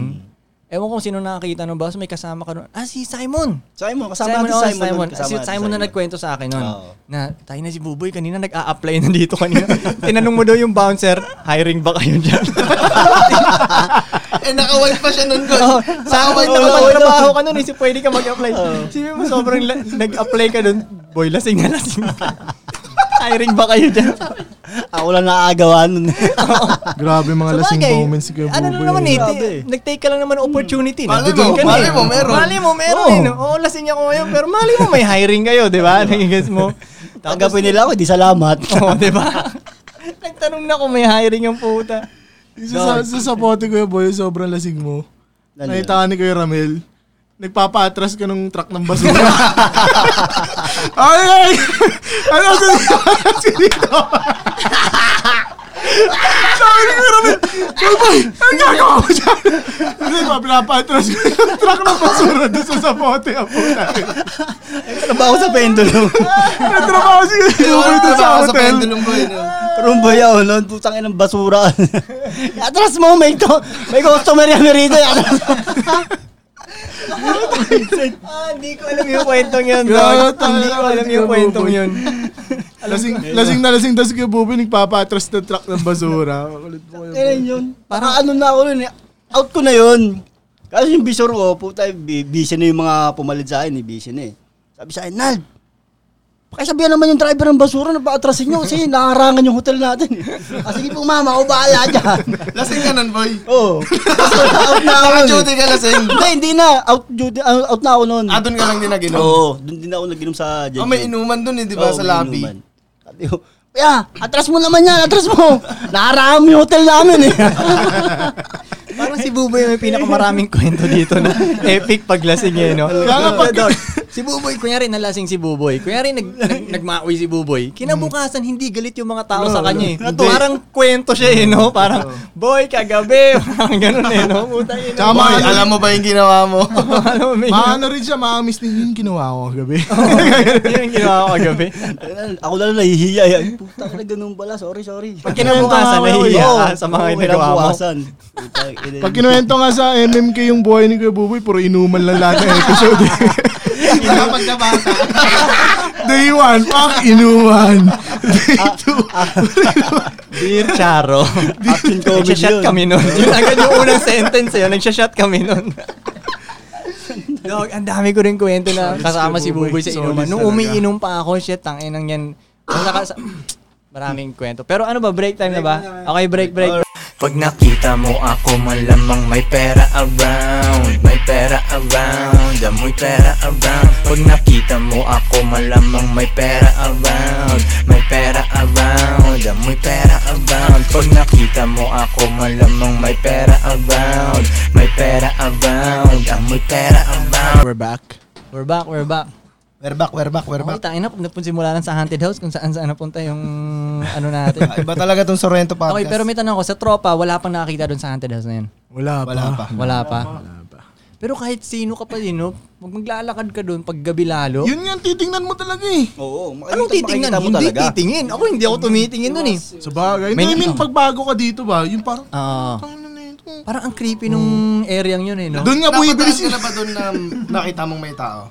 ewan ko sino nakakita nun, basta may kasama ka nun. Ah, si Simon! Simon, kasama natin oh, Simon. Ah, nun, kasama si natin Simon na nagkwento sa akin nun. Oo. Na, tayo na si Buboy, kanina nag-a-apply na dito kanina. Tinanong mo daw yung bouncer, hiring ba kayo dyan? Eh, naka-wild pa siya nun, Koy. oh, sa akin, Nakawide pa. nakapagtrabaho ka nun, isip pwede ka mag-apply. Sabi mo, sobrang la- nag-apply ka nun, boy, lasing na lasing ka. hiring ba kayo dyan? Ako lang nakagawa nun. Grabe mga Sa lasing bagay, moments si Kuya Ano Buboy. lang naman eh, Grabe. nag-take ka lang naman ng opportunity. Malay Nandun mo, ka na malay eh. mo, meron. Malay mo, meron. Oo. eh, no? Oo, lasing ako ngayon, pero malay mo, may hiring kayo, di ba? Nagigets mo. Tagapin nila ako, di salamat. Oo, di ba? Nagtanong na kung may hiring yung puta. Yung sa, sa sapote ko yung boy, sobrang lasing mo. Ano Nakita ka ni Kuya Ramel. Nagpapa-atras ka ng truck ng basura. ay, ay! Ano sa dito? Sabi ni Kuya Ramel, Kuya Boy, ang gagawa ko dyan? Hindi, pinapa-atras ko yung truck ng basura doon sa sapote. Ang puta. Trabaho sa pendulum. Nagtrabaho si Kuya Boy doon sa Trabaho sa hotel. pendulum, Koy. no? Rumbay ako nun, putang inang basura. Atras mo, may, to, may customer yan rito. eh. Atras mo. Ah, hindi ko alam yung kwentong yun. Gago, dog. Hindi ko alam yung Kuya kwentong Buboy. yun. Lasing, lasing na lasing tas Kuya Boy, nagpapa-atras ng truck ng basura. Kulit mo Kuya Boy. Kailan yun? Parang ano na ako nun eh. Out ko na yun. Kasi yung visor ko, puta, bu- busy na yung mga pumalit sa akin, eh, busy na eh. Sabi sa akin, Nal, pakisabihan naman yung driver ng basura na paatrasin nyo kasi nakarangan yung hotel natin eh. Ah, sige po mama, ako bahala dyan. Lasing ka nun, boy. Oo. Tapos out na ako nun. Naka-duty eh. ka lasing. Hindi, hindi na. Out, duty, out out na ako nun. Ah, doon ka lang din naginom. Oo, Oh, doon din ako naginom sa Oh, may inuman doon eh, di Oo, ba, sa may lobby. inuman. Sabi ko, Kuya, atras mo naman yan, atras mo. Nakarangan mo yung hotel namin eh. Parang si Buboy may pinakamaraming kwento dito na epic paglasing eh, no? Kaya nga pag- Dog, si Buboy, kunyari nalasing si Buboy. Kunyari nag, nag, nagmaoy si Buboy. Kinabukasan, hindi galit yung mga tao sa kanya eh. Parang kwento siya eh, no? Parang, boy, kagabi. Parang ganun eh, no? Putang ina. Tsaka Boy, Ah, alam mo ba yung ginawa mo? Alam mo, may Maano rin siya, mamiss din yung ginawa ko kagabi. yun yung ginawa ko kagabi. Ako na lang nahihiya yan. Puta ka na ganun pala. Sorry, sorry. ah, Pag kinabukasan, nahihiya ka sa mga ginagawa mo. Pag eh, Pag kinuwento nga sa MMK yung buhay ni Kuya Buboy, puro inuman lang lahat ng episode. Kapag nabasa. Day 1, pak, inuman. Ah, Dear Charo. Action comedy Nagsashot yun. kami nun. Yun agad yung unang sentence yun. Nagsashot kami nun. Dog, ang dami ko rin kwento na kasama si Buboy sa Solid inuman. Nung talaga. umiinom pa ako, shit, tanginang yan. Basta ka- Maraming kwento. Pero ano ba, break time na ba? Okay, break, break. Pag nakita mo ako malamang may pera around May pera around, amoy pera around Pag nakita mo ako malamang may pera around May pera around, amoy pera around Pag nakita mo ako malamang may pera around May pera around, amoy pera around We're back. We're back, we're back. We're back, we're back, we're Okay, back. tangin na, napunsimula lang sa haunted house kung saan saan napunta yung ano natin. Iba talaga tong Sorrento podcast. Okay, pero may tanong ko, sa tropa, wala pang nakakita doon sa haunted house na yun. Wala pa. Wala pa. Wala Ah, pa. Pero kahit sino ka pa din, no? Pag maglalakad ka doon, pag gabi lalo. Yun nga, titingnan mo talaga eh. Oo. makikita- anong titingnan? makikita mo Hindi talaga. titingin. Ako hindi ako tumitingin doon eh. Sa bagay. May- Hindi, I mean, pag bago ka dito ba, yung parang, Oo. "Tangin ano na na ito." Ah. Parang ang creepy nung area yun eh, no? Doon nga bumibilis Napadaan ka yun. na ba doon na nakita mong may tao?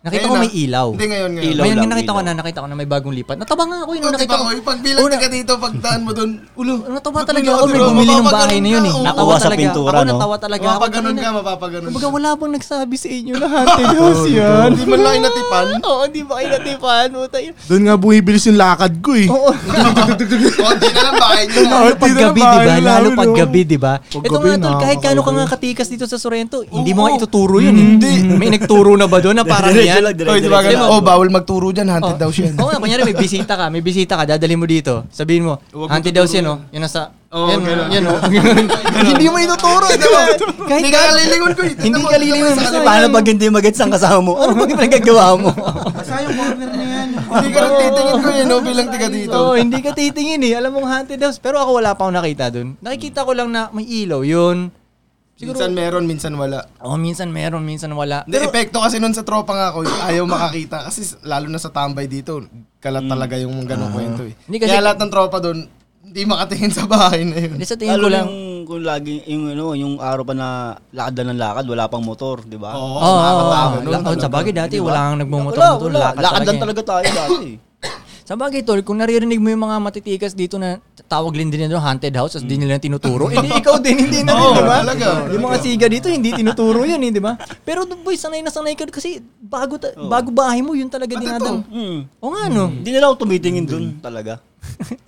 Nakita Ngayon ko na. may ilaw. Hindi ngayon, ngayon. Ilaw Ngayon lang, yung nakita ko ilaw. na, nakita ko na may bagong lipat. Nataba nga ako yun. nung Oh, nakita diba, ko. oy, pag bilang Una- ka oh, dito, pagdaan mo doon, ulo. Natawa ba't talaga ganun ako. May ka? bumili ng Mapapaganon bahay na yun eh. ka, oh, oo. Natawa Nakuha sa talaga. pintura, Ako no? natawa talaga. ako. Mapapaganon Kanina. ka, mapapaganon. Kumbaga wala bang nagsabi sa inyo na haunted house yan? Hindi man lang inatipan. Oo, di ba kayo natipan? Puta yun. Doon nga bumibilis yung lakad ko eh. Oo. Konti na Oh, lang bahay niyo. Lalo Lalo pag dito na gabi, di ba? diba? bahay na Lalo namin, pag oh. gabi, di ba? Pag Ito gabi, nga, tol, kahit gaano ka nakakaiba. nga katikas dito sa Sorrento, hindi mo Oo. nga Mm-hmm. ituturo yun. eh. May nagturo na ba doon na parang Diretso yan? lang, diretso Oy, di ba lang. ganun? Oh, bawal magturo dyan. Hunted daw siya. Oh, Oo nga, kunyari may bisita ka, may bisita ka, dadalhin mo dito. Sabihin mo, auntie daw siya, no? Yun nasa... Oo, yan, ganun. yan, no? Oh, Hindi mo inuturo, di ba? Hindi ka kalilingon ko. eh. Hindi ka lilingon. Paano pag hindi magets ang kasama mo? Ano bang nagagawa mo? Basta yung corner na yan. Hindi ka lang titingin ko yun, no? Bilang tiga dito. Oo, hindi ka titingin eh. Alam mong haunted house. Pero ako wala pa akong nakita doon. Nakikita ko lang na may ilaw yun. Minsan meron, minsan wala. Oo, minsan meron, minsan wala. Hindi, epekto kasi nun sa tropa nga ako, eh. ayaw makakita. Kasi s- lalo na sa tambay dito, kalat talaga yung mga Ah. ganong kwento eh. Mm. Hindi kasi- Kaya lahat ng tropa doon, hindi makatingin sa bahay na yun. Hindi sa tingin Lalo ko lang lang. kung lagi yung ano, yung araw pa na lakad na ng lakad, wala pang motor, di ba? Oo, Oo, oh, nakakatawa nun oh, talaga. sa bagay dati, Di ba? wala kang nagmumotor. Wala, wala. Lakad lang eh. talaga tayo dati. Sa bagay, tol, kung naririnig mo yung mga matitikas dito na tawag din din doon, haunted house, as di nila tinuturo, hindi ikaw din, hindi na rin, Oo, di ba? talaga, Yung mga siga dito, hindi tinuturo yun, eh, di ba? Pero boy, sanay na sanay ka kasi bago, ta- bago bahay mo, yun talaga dinadan. Hmm. O nga, no? Hindi nila ako tumitingin dun talaga.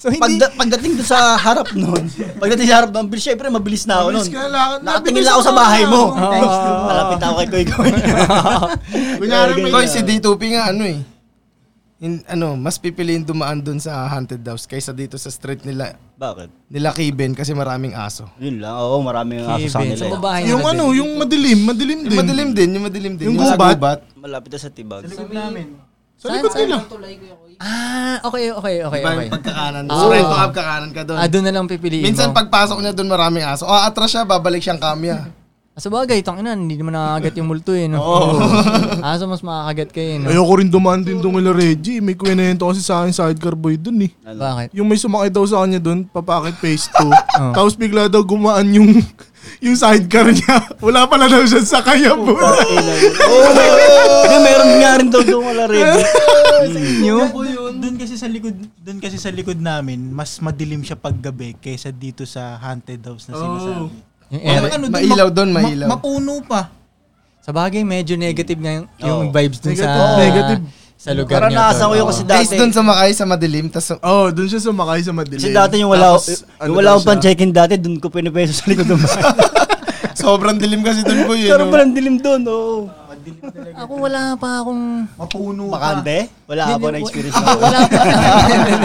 So, hindi, Pagda- pagdating doon sa harap noon, pagdating sa harap noon, bilis, syempre mabilis na ako noon. Mabilis ka, lakad- Nakatingin nabilis lang ako sa ako bahay na. mo. Oo. Thanks. Malapit ako kay Koy Koy. Kunyari may... Ganyan. Koy, si ah, D2P nga ano eh. In, ano, mas pipiliin dumaan doon sa haunted house kaysa dito sa street nila Bakit? nila Kiben kasi maraming aso. Yun lang. Oo, marami ang aso sa Kevin, sa nila. eh. babae Yung na ano, yung madilim, madilim din. Yung madilim din, yung madilim din. Yung sa gubat? Malapit na sa tibag. Sa likod nila. Ah, okay, okay, okay, Diba okay. yung pagkakanan? Oo. Oh. Sorrento up, kakanan ka doon. Ah, doon na lang pipiliin mo. Minsan pagpasok niya doon maraming aso. O, atras siya, babalik siyang kamya. Ah, Sa bagay, tangina, hindi naman nakakagat yung multo eh, no? Oo. Aso, mas makakagat kayo, eh, no? Ayoko rin dumaan din doon kila Reggie. May kwento kasi sa akin sidecar boy doon Ano? eh. Bakit? Yung may sumakay daw sa kanya doon, papakit phase 2. Tapos bigla daw gumaan yung yung sidecar niya. Wala pala daw siya sa kanya Oh. po. Hindi, meron nga rin daw doon wala rin. Doon kasi sa likod, doon kasi sa likod namin, mas madilim siya paggabi kaysa dito sa haunted house na sinasabi. Yung Oh, area- ano, mailaw doon, mailaw. mapuno pa. Sa bagay, medyo negative nga yung, yung Oo. vibes dun sa, Negative, negative. sa lugar niya. Karanasan ko tol. yun kasi Based dati. doon sa makay, sa madilim, tas oh, doon siya sumakay sa madilim. Kasi dati yung wala, Tapos, ano yung wala daw akong siya? pan-check-in dati, doon ko pinipeso sa likod ng bahay. sobrang dilim kasi eh, doon po yun. Pero parang dilim doon, oo. Ako wala pa akong... Mapuno pa. Bakante? Wala ka ba na experience na Wala pa.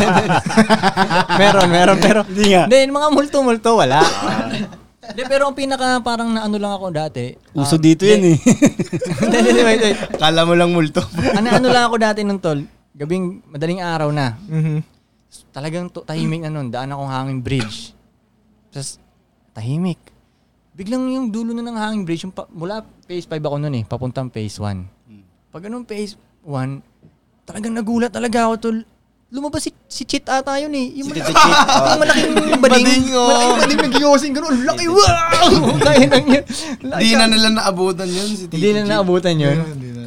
meron, meron, pero... Hindi nga. Hindi, yung mga multo-multo, wala. Hindi, pero ang pinaka parang naano lang ako dati. ah, Uso dito yan eh. Hindi, hindi, wait, wait. Kala mo lang multo. Ano, ano lang ako dati nung tol. Gabing, madaling araw na. Talagang to, tahimik na nun. Daan akong hangin bridge. Tapos, tahimik. Biglang yung dulo na ng hangin bridge, yung pa- mula phase 5 ako nun eh, papuntang phase 1. Pag ganun phase 1, talagang nagulat talaga ako tol. Lumabas si, si Chit ata yun eh. Yung, malaking, yung malaking bading. oh. Malaking bading nag-yosin ganun. Ang Laki, wow! Kaya nang yun. Hindi na nila naabutan yun si Tito Hindi na G. naabutan yun.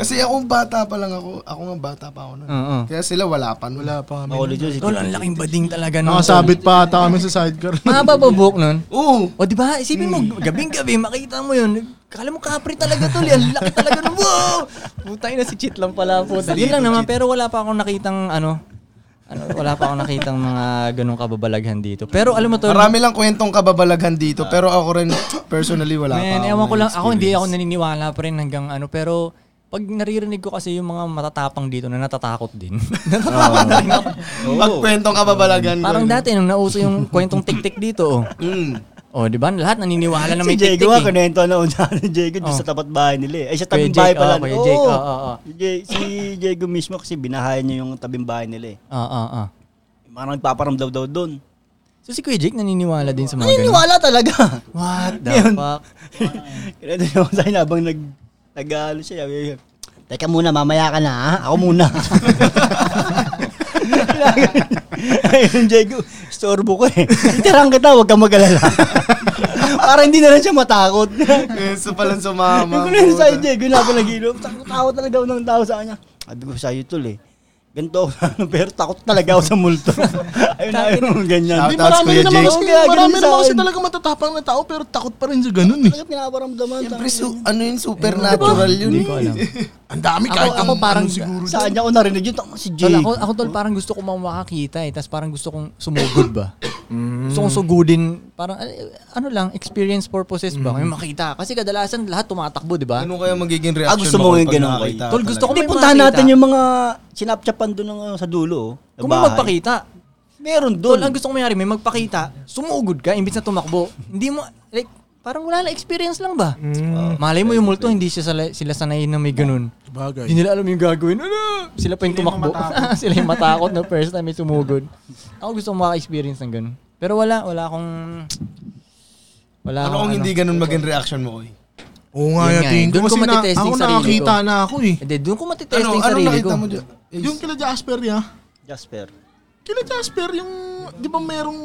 Kasi ako bata pa lang ako. Ako nga bata pa ako nun. Oo. Kaya sila wala pa. Wala pa kami. Makulit yun. si Tol, ang laking bading talaga nun. Nakasabit pa ata kami sa sidecar. Mahaba ba buhok nun? Oo. O di ba, isipin mo, gabing-gabi, makita mo yun. Kala mo kapre talaga tol, yan laki talaga nun. Wow! Putay na si Chit lang pala po. Yun lang naman, pero wala pa akong nakitang ano, ano, wala pa akong nakitang mga ganong kababalaghan dito. Pero alam mo tol, Marami lang kwentong kababalaghan dito. Pero ako rin, personally, wala pa. man, akong ewan ko lang, ako hindi ako experience. naniniwala pa rin hanggang ano, pero pag naririnig ko kasi yung mga matatapang dito na natatakot din. natatakot na rin ako. Pag kwentong kababalaghan ko. Parang yun. dati, nung nauso yung kwentong tiktik dito, oh. Mm. Oh, di ba? Lahat naniniwala na Si may tiktik Diego eh. nga, kinento na una ni Diego doon Oh. sa tapat bahay nila eh. Ay, sa Kuya tabing bahay Jake, pala. oh, Kuya Jake, Oo. oh, oh, oh. Si Jay- Si Diego mismo kasi binahayan niya yung tabing bahay nila eh. Ah, ah, ah. Parang nagpaparamdaw daw doon. So si Kuya Jake naniniwala din sa mga ganun. Naniniwala talaga. What the Yun. fuck? Kinento niya ako sa'yo habang nag... Nag-ano siya. sabi niya, Teka muna, mamaya ka na ha? Ako muna. Ayun, Diego, storbo ko eh. Itirang kita, huwag kang mag-alala. Para hindi na lang siya matakot. Kwento eh, palang sumama. Yung ko na yun sa IG, ginaba na gilom. Tawa talaga ako ng tao sa kanya. Sabi ko sa'yo tol eh. Ganito ako sa ano, pero takot talaga ako sa multo. ayun na, ayun, ganyan. Shout Hindi, outs, marami Kuya naman Jake. kasi, Kaya ganun marami sa naman kasi akin. talaga matatapang na tao pero takot pa rin sa ganun eh. Talaga pinaparamdaman. Siyempre, su- ano yun, supernatural yun. eh. Hindi ko alam. Ang dami Ako- kahit ako ang parang- ano siguro. Sa kanya ko narinig yun, tama si Tol, Jake. ako, ako tol, parang gusto ko makakita eh. Tapos parang gusto kong sumugod ba? Gusto kong sugudin. Parang eh, ano lang, experience purposes ba? May makita. Kasi kadalasan lahat tumatakbo, di ba? Ano kaya magiging reaction Ah, gusto mo kapag yung ganun, Koy? nakakita Tol, ka gusto ko Hindi, may puntahan makita. natin yung mga sinapchapan doon ng, uh, sa dulo. oh, na Kung may bahay. magpakita. Meron Tol, doon. ang gusto ko mayari, may magpakita, sumugod ka, imbis na tumakbo. Hindi mo, like, parang wala lang, experience lang ba? Mm. Ah, Malay mo yung multo, hindi siya sala- sila sanayin na may ganun. Bagay. Hindi nila alam yung gagawin. Ano? Sila pa yung tumakbo. Sila yung matakot na first time may sumugod. Ako gusto kong maka-experience ng ganun. Pero wala, wala akong... Wala Ano akong kung hindi ganun maging reaction mo, Koy? Oo Yun nga nga yata. eh, yun. doon ko Kasi na, matitesting ako sarili ko. nakakita na ako eh. Hindi, doon ko matitest Ano, yung ano sarili ko. nakita mo dyan? Ace. Yung kila Jasper niya, Jasper. ah. kila Jasper yung, di ba merong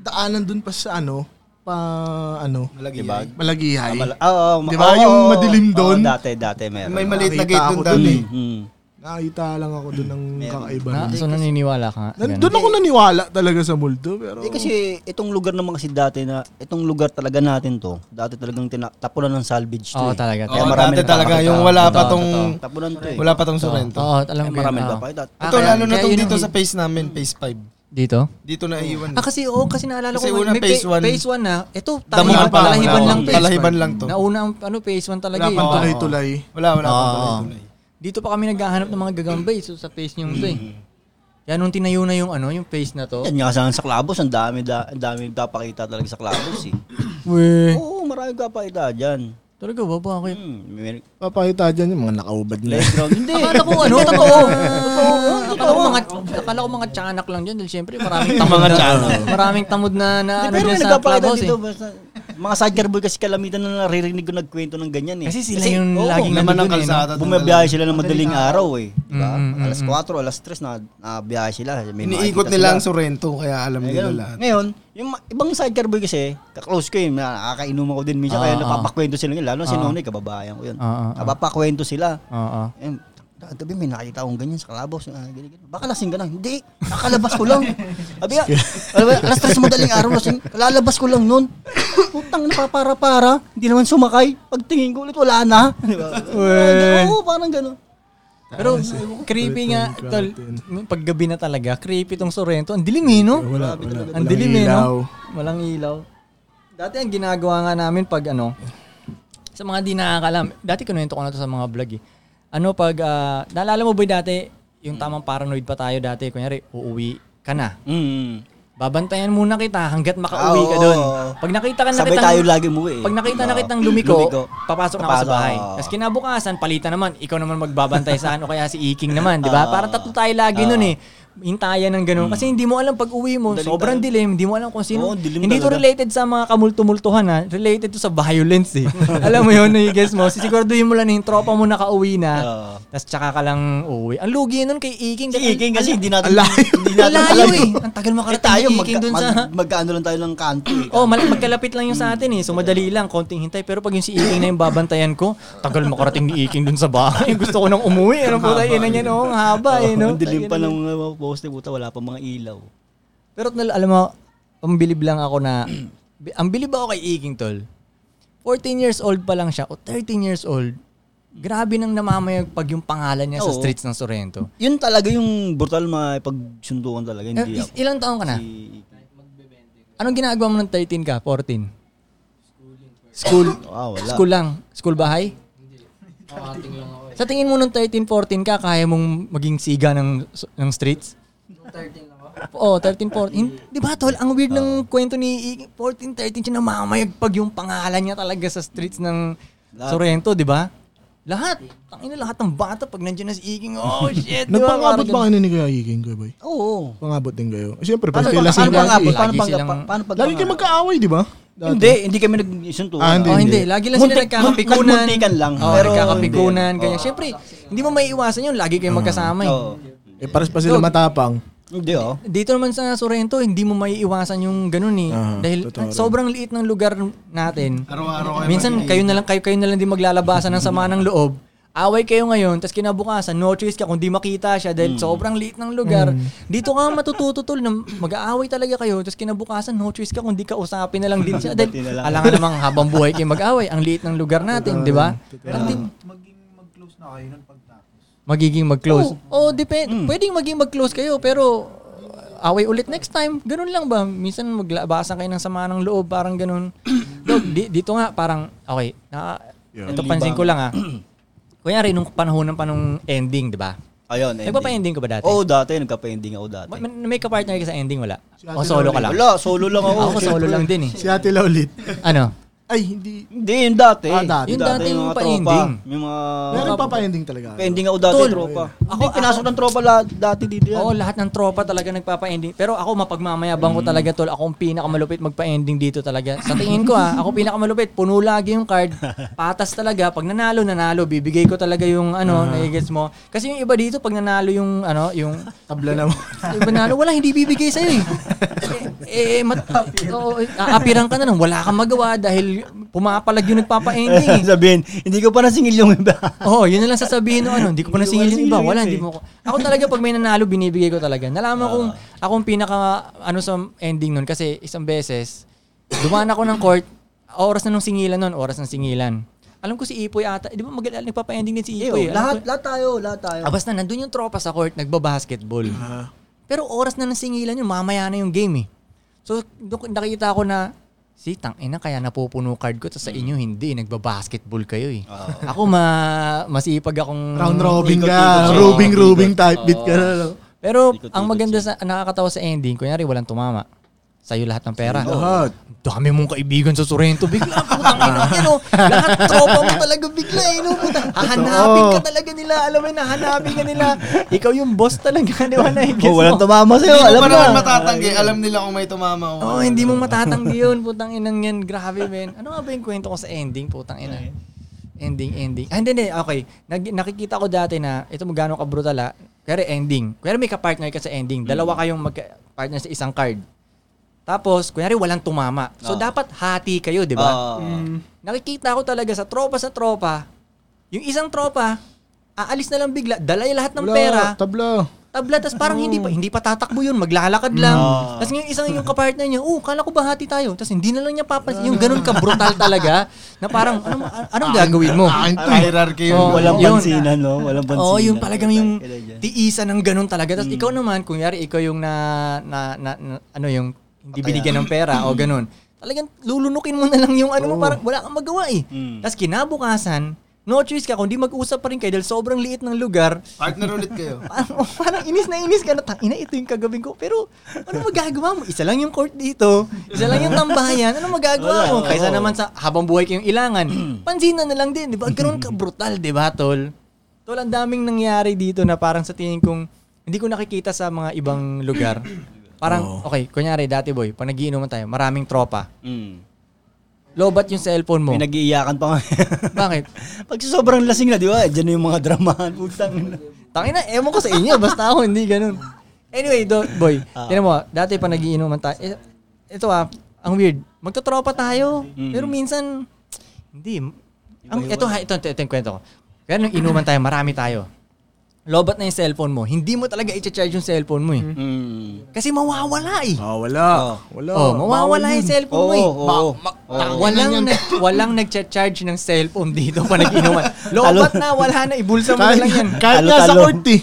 daanan dun pa sa ano, pa ano, Diba? Malagihay. Mala- ah, ah, Di ba, oo, yung oo, madilim oo, doon? Dati, dati meron. May maliit na Nakita gate ako doon dun dati. eh. Hmm. Nakakita lang ako dun ng kakaiba. Na, so naniniwala ka nga. Ganun. Nan- Doon ako naniwala talaga sa multo, pero... Eh kasi itong lugar naman kasi dati na itong lugar talaga natin to. Dati talagang tina- tapunan ng salvage to. Oo, eh. talaga. Kaya Oo, marami dati na talaga, nakakita. yung wala pa Totoo, tong- totoo. tapunan to. Eh. Wala pa tong Sorrento. Oo, alam Kaya ko marami yun, oo. Ah, pa kahit at- Ito, kaya- lalo na kaya tong yun dito ang- sa phase namin, phase 5. Dito? Dito na iwan. Ah, kasi oo, kasi naalala Kasi ko, may unang phase phase one. 1 phase one na, ito, talahiban, Damuhan pa lang. talahiban lang phase Talahiban 1. lang to. Nauna ang ano, phase 1 talaga. Wala eh. pang Oo. tulay-tulay. Wala, wala pa Oo. pala. Ito na eh. Dito pa kami naghahanap ng mga gagambay so sa phase niyong to eh. Mm-hmm. Kaya nung tinayo na yung ano, yung phase na to. Yan nga sa sa Klabos, ang dami da, ang dami papakita talaga sa Klabos eh. We. Oo, marami papakita diyan. Talaga ba bakit? Hmm, may Papakita dyan yung mga nakaubad na. playground. Hindi. Akala ko ano, totoo. Totoo. Akala ko mga akala ko mga tiyanak lang diyan dahil syempre maraming tamod na. Maraming tamod na na ano Hindi, pero dyan may sa nagpapakita clubhouse dito eh. basta mga sidecar boy kasi kalamitan na naririnig ko nagkwento ng ganyan eh. Kasi sila yung laging nandun Laman ng eh, no? kalsada. doon Bumabiyahe talaga. sila ng madaling araw eh. Diba? Mm, mm, Alas 4, alas 3 na nabiyahe sila. May Iniikot makikita nila ang sila. Sorrento, kaya alam Ay, nila ganun. lahat. Ngayon, yung ma- ibang sidecar boy kasi, kaklose ko yun, nakakainom ako din minsan, Ah, kaya ah. napapakwento sila ngayon, lalo si Ah. Nonay, kababayan ko yun. Ah, ah, ah. Napapakwento sila. Oo. Eh, Tabi, may nakita akong ganyan sa kalabos. ah, ganyan, ganyan. Baka lasing ka na. Hindi, kakalabas ko lang. Sabi nga, alam mo, alas tres madaling araw, lasing, kalalabas ko lang nun. Putang napapara-para, hindi naman sumakay. Pagtingin ko ulit, wala na. Di ba? Oo, parang gano'n. Pero creepy nga tol. Paggabi na talaga, creepy tong Sorrento. Ang dilim eh, no? Wala, wala. Ang dilim eh, no? Walang ilaw. Dati ang ginagawa nga namin pag ano, sa mga di nakakalam, dati kinuwento ko na to sa mga vlog eh. Ano pag, ah, naalala mo ba dati, yung tamang paranoid pa tayo dati, kunyari, uuwi ka na. Mm. Babantayan muna kita hanggat makauwi ka Ah, oo. doon. Pag nakita ka na Sabay kitang- tayo lagi umuwi eh. Pag nakita na Oo. kitang lumiko, Lumiko. papasok na ako sa Papasok, bahay. oo. Tapos kinabukasan, palitan naman. Ikaw naman magbabantay sa akin o kaya si Iking naman, di ba? Oo. Parang tatlo tayo lagi nun eh. Hintayan ng ganun. Kasi hindi mo alam pag uwi mo, Daling sobrang tayo. dilim. Hindi mo alam kung sino. Oo, dilim hindi to talaga. related sa mga kamultumultuhan ha. Related to sa violence eh. alam mo yun, guess mo. Sisiguraduhin mo lang na yung tropa mo nakauwi na. Oo. Tapos tsaka ka lang uuwi. Ang lugi nun kay Iking. Si Iking kasi hindi natin hindi Ang natin layo alam. eh. Ang tagal Eh makarating tayo, ni mag, Iking dun mag, sa... magkaano lang tayo ng kanto eh. Oh, mal- magkalapit lang yung sa atin eh. So madali lang, konting hintay. Pero pag yung si Iking na yung babantayan ko, tagal makarating ni Iking dun sa bahay. Gusto ko nang umuwi. Ano po tayo na niya no? Ang haba eh, no? Ang dilim pa Tayo na ng yan. mga poste, puta, wala pa mga ilaw. Pero nal- alam mo, pambilib lang ako na... bi- Ang bilib ako kay Iking, tol. 14 years old pa lang siya o 13 years old. Grabe nang namamayag pag yung pangalan niya sa Oo. streets ng Sorrento. Yun talaga yung brutal mga pagsundukan talaga, Eh, hindi ako. is- ilang taong ka na? Si- Anong ginagawa mo ng 13 ka? 14? School. Ah, wala. School lang? School bahay? eh. Sa tingin mo nung 13, 14 ka, kaya mong maging siga ng, ng streets? 13 Oo, 13, 14. Hin- Di ba, tol? Ang weird ng kwento ni Iggy, 14, 13 siya namamayagpag yung pangalan niya talaga sa streets ng Sorrento, di ba? Lahat. Tangina lahat ng bata pag nandiyan na si Iggy. Oh, shit. di ba? Parang Nagpangabot Oh, ba kayo ni Kuya Iging, Kuya Boy? Oo. Pangabot din kayo. Siyempre, Paano paano kayo lasing paano pang- lagi. pangabot? eh. Lagi Paano pang silang- pa- paano pang Lagi kayo magkaaway, di ba? Dati. Hindi, hindi kami nagsuntukan. Ah, Oh, hindi. Hindi. Lagi lang sila Muntik- nagkakapikunan. nagmuntikan lang. Oh, Pero nagkakapikunan. hindi. Kaya, Oo. syempre, hindi mo maiiwasan yun. Lagi kayong magkasama. eh. Mm. Oo. Eh, pares pa sila matapang. Hindi oh. Dito naman sa Sorrento, hindi mo maiiwasan yung ganun eh. Dahil sobrang liit ng lugar natin. Araw-araw kayo Minsan kayo na lang kayo kayo na lang din maglalabasan ng sama ng loob. Away kayo ngayon, tapos kinabukasan, no choice ka kung di makita siya dahil Mm. sobrang liit ng lugar. Mm. Dito ka matututo tol na mag-aaway talaga kayo, tapos kinabukasan, no choice ka kung di ka usapin na lang din siya dahil Bati na lang. alangan namang habang buhay kayo mag-aaway, ang liit ng lugar natin, di ba? Hindi- Maging mag-close na kayo nun pagtapos. magiging mag-close. Oo, oh, depend. Pwedeng maging mag-close kayo, pero uh, away ulit next time. Ganun lang ba? Minsan maglabasan kayo ng sama ng loob, parang ganun. Dog, di- dito nga, parang, okay, na, ito pansin ko lang ah. Kunyari, nung panahon ng panong ending, di ba? Ayun, ending. Oh, Nagpapa-ending ka ba dati? Oo, dati. Nagpapa-ending ako dati. Ma- ma- May kapartner ka sa ending, wala? O solo ka lang? eh. Wala, solo lang ako. Ako solo lang din eh. Si Ate Laulit. Ano? Ay, hindi. Hindi, yung dati. Ah, dati. Yung dati yung mga pa-ending. tropa. Yung mga... Meron pa pa-ending talaga. Pa-ending ako dati, Tol. tropa. Ako- Hindi, pinasok ng tropa lahat dati dito yan. Oo, lahat ng tropa talaga nagpapa-ending. Pero ako mapagmamayabang Mm-hmm. ko talaga tol. Ako ang pinakamalupit magpa-ending dito talaga. Sa tingin ko ah, ako pinakamalupit. Puno lagi yung card. Patas talaga. Pag nanalo, nanalo. Bibigay ko talaga yung ano, Ah. na-gets mo. Kasi yung iba dito, pag nanalo yung ano, yung Tabla na mo. yung nanalo, wala, hindi bibigay sa'yo eh. eh, eh, mat- oo, eh, aapiran ka na nun. Wala kang magawa dahil pumapalag yung nagpapa-ending eh. Sabihin, hindi ko pa nasingil yung iba. Oo, oh, yun na lang sasabihin no ano, hindi ko pa Hindi ko nasingil yung iba. nasingil Wala, yun, hindi eh. mo ko. Ako talaga pag may nanalo, binibigay ko talaga. Nalaman kong Ah. ako ang pinaka ano sa ending nun kasi isang beses dumaan ako ng court, oras na nung singilan nun, oras ng singilan. Alam ko si Ipoy ata, eh, di ba mag nagpapa-ending din si Eh, Ipoy? Alam oh, lahat, ko- lahat tayo, lahat tayo. Ah, basta nandun yung tropa sa court, nagbabasketball. Ah. Pero oras na ng singilan yun, mamaya na yung game eh. So, dok- nakita ko na, si tang ina kaya napupuno card ko, tapos sa Mm. inyo hindi, nagbabasketball kayo eh. Ako ma masipag akong... Round robin ka. Ikot-ikot. Robing, robing type beat ka na. no? Pero Ikot-ikot ang maganda sa nakakatawa sa ending, kunyari walang tumama. Sa'yo lahat ng pera. Lahat. Ang Dami mong kaibigan sa Sorrento. Bigla, putang ina. Yan o. oh. Lahat tropa mo talaga bigla. Eh, no? Puta, hahanapin ka talaga nila. Alam mo, yun, hahanapin ka nila. Ikaw yung boss talaga. Di ba na? Oh, walang tumama sa'yo, Hindi alam mo pa mo. naman matatanggi. Alam nila kung may tumama o Oo, oh, hindi mo matatanggi yun. Putang inang yan. Grabe, men. Ano nga ba yung kwento ko sa ending? Putang ina. Ending, ending. Ah, hindi, hindi. Okay. Nag- nakikita ko dati na ito mo gano'ng kabrutal ha. Kaya ending. Kaya may kapartner ka sa ending. Dalawa kayong magka-partner sa isang card. Tapos, kunyari walang tumama. So, Oo. dapat hati kayo, di ba? Nakikita ko talaga sa tropa sa tropa, yung isang tropa, aalis na lang bigla, dalay lahat ng Wala, pera Tabla. tabla tas parang hindi pa hindi pa tatakbo yun maglalakad lang tas ngayon isang yung kapartner niya oh kala ko bahati tayo tas hindi na lang niya papansin yung ganun ka brutal talaga na parang ano anong gagawin mo Ah, Akin to. Hierarchy yun. Oo. Walang Yun. pansinan, no? Walang pansinan. Oo, yung talagang yung Kailan yan? tiisa ng ganun talaga. Tapos ikaw naman, kung yari ikaw yung na, na, na, na- ano yung hindi binigyan ng pera o ganun. Talagang lulunukin mo na lang yung ano mo, parang wala kang magawa eh. Mm. Tapos kinabukasan, no choice ka kundi mag-usap pa rin kayo dahil sobrang liit ng lugar. Partner ulit kayo. Parang, parang inis na inis ka na, tangina, ito yung kagabing ko. Pero ano magagawa mo? Isa lang yung court dito, isa lang yung tambayan, ano magagawa Wala, mo? Kaysa oo. naman sa habang buhay kayong ilangan, pansinan na lang din, di ba? Ganun ka brutal, di ba, tol? Tol, ang daming nangyari dito na parang sa tingin kong hindi ko nakikita sa mga ibang lugar. Parang, okay, kunyari, dati boy, pag nagiinuman tayo, maraming tropa. Mm. Hmm. Lobat yung cellphone mo. May nag-iiyakan pa nga. Bakit? Pag sobrang lasing na, di ba? Diyan na yung mga dramahan. Putang. Tangina, ewan ko sa inyo. Basta ako, hindi ganun. Anyway, do, boy, Ah. tinan mo, dati pa nagiinuman tayo. Eh, ito ah, ang weird. Magtotropa tayo. Mm. Pero minsan, hindi. Ang, ito, ha, ito, ito, ito yung kwento ko. Kaya nung inuman tayo, marami tayo. Lobat na yung cellphone mo. Hindi mo talaga i-charge yung cellphone mo eh. Mm. Kasi mawawala eh. Ah, wala. Wala. Oh, mawawala yung cellphone mo eh. Oo, oo. Ma- ma- ta- walang nag- walang nagcha-charge ng cellphone dito pa nag-inuman. Lobat na, wala na. Ibulsa mo na lang yan. Kahit nga sa Talo-talo. court eh.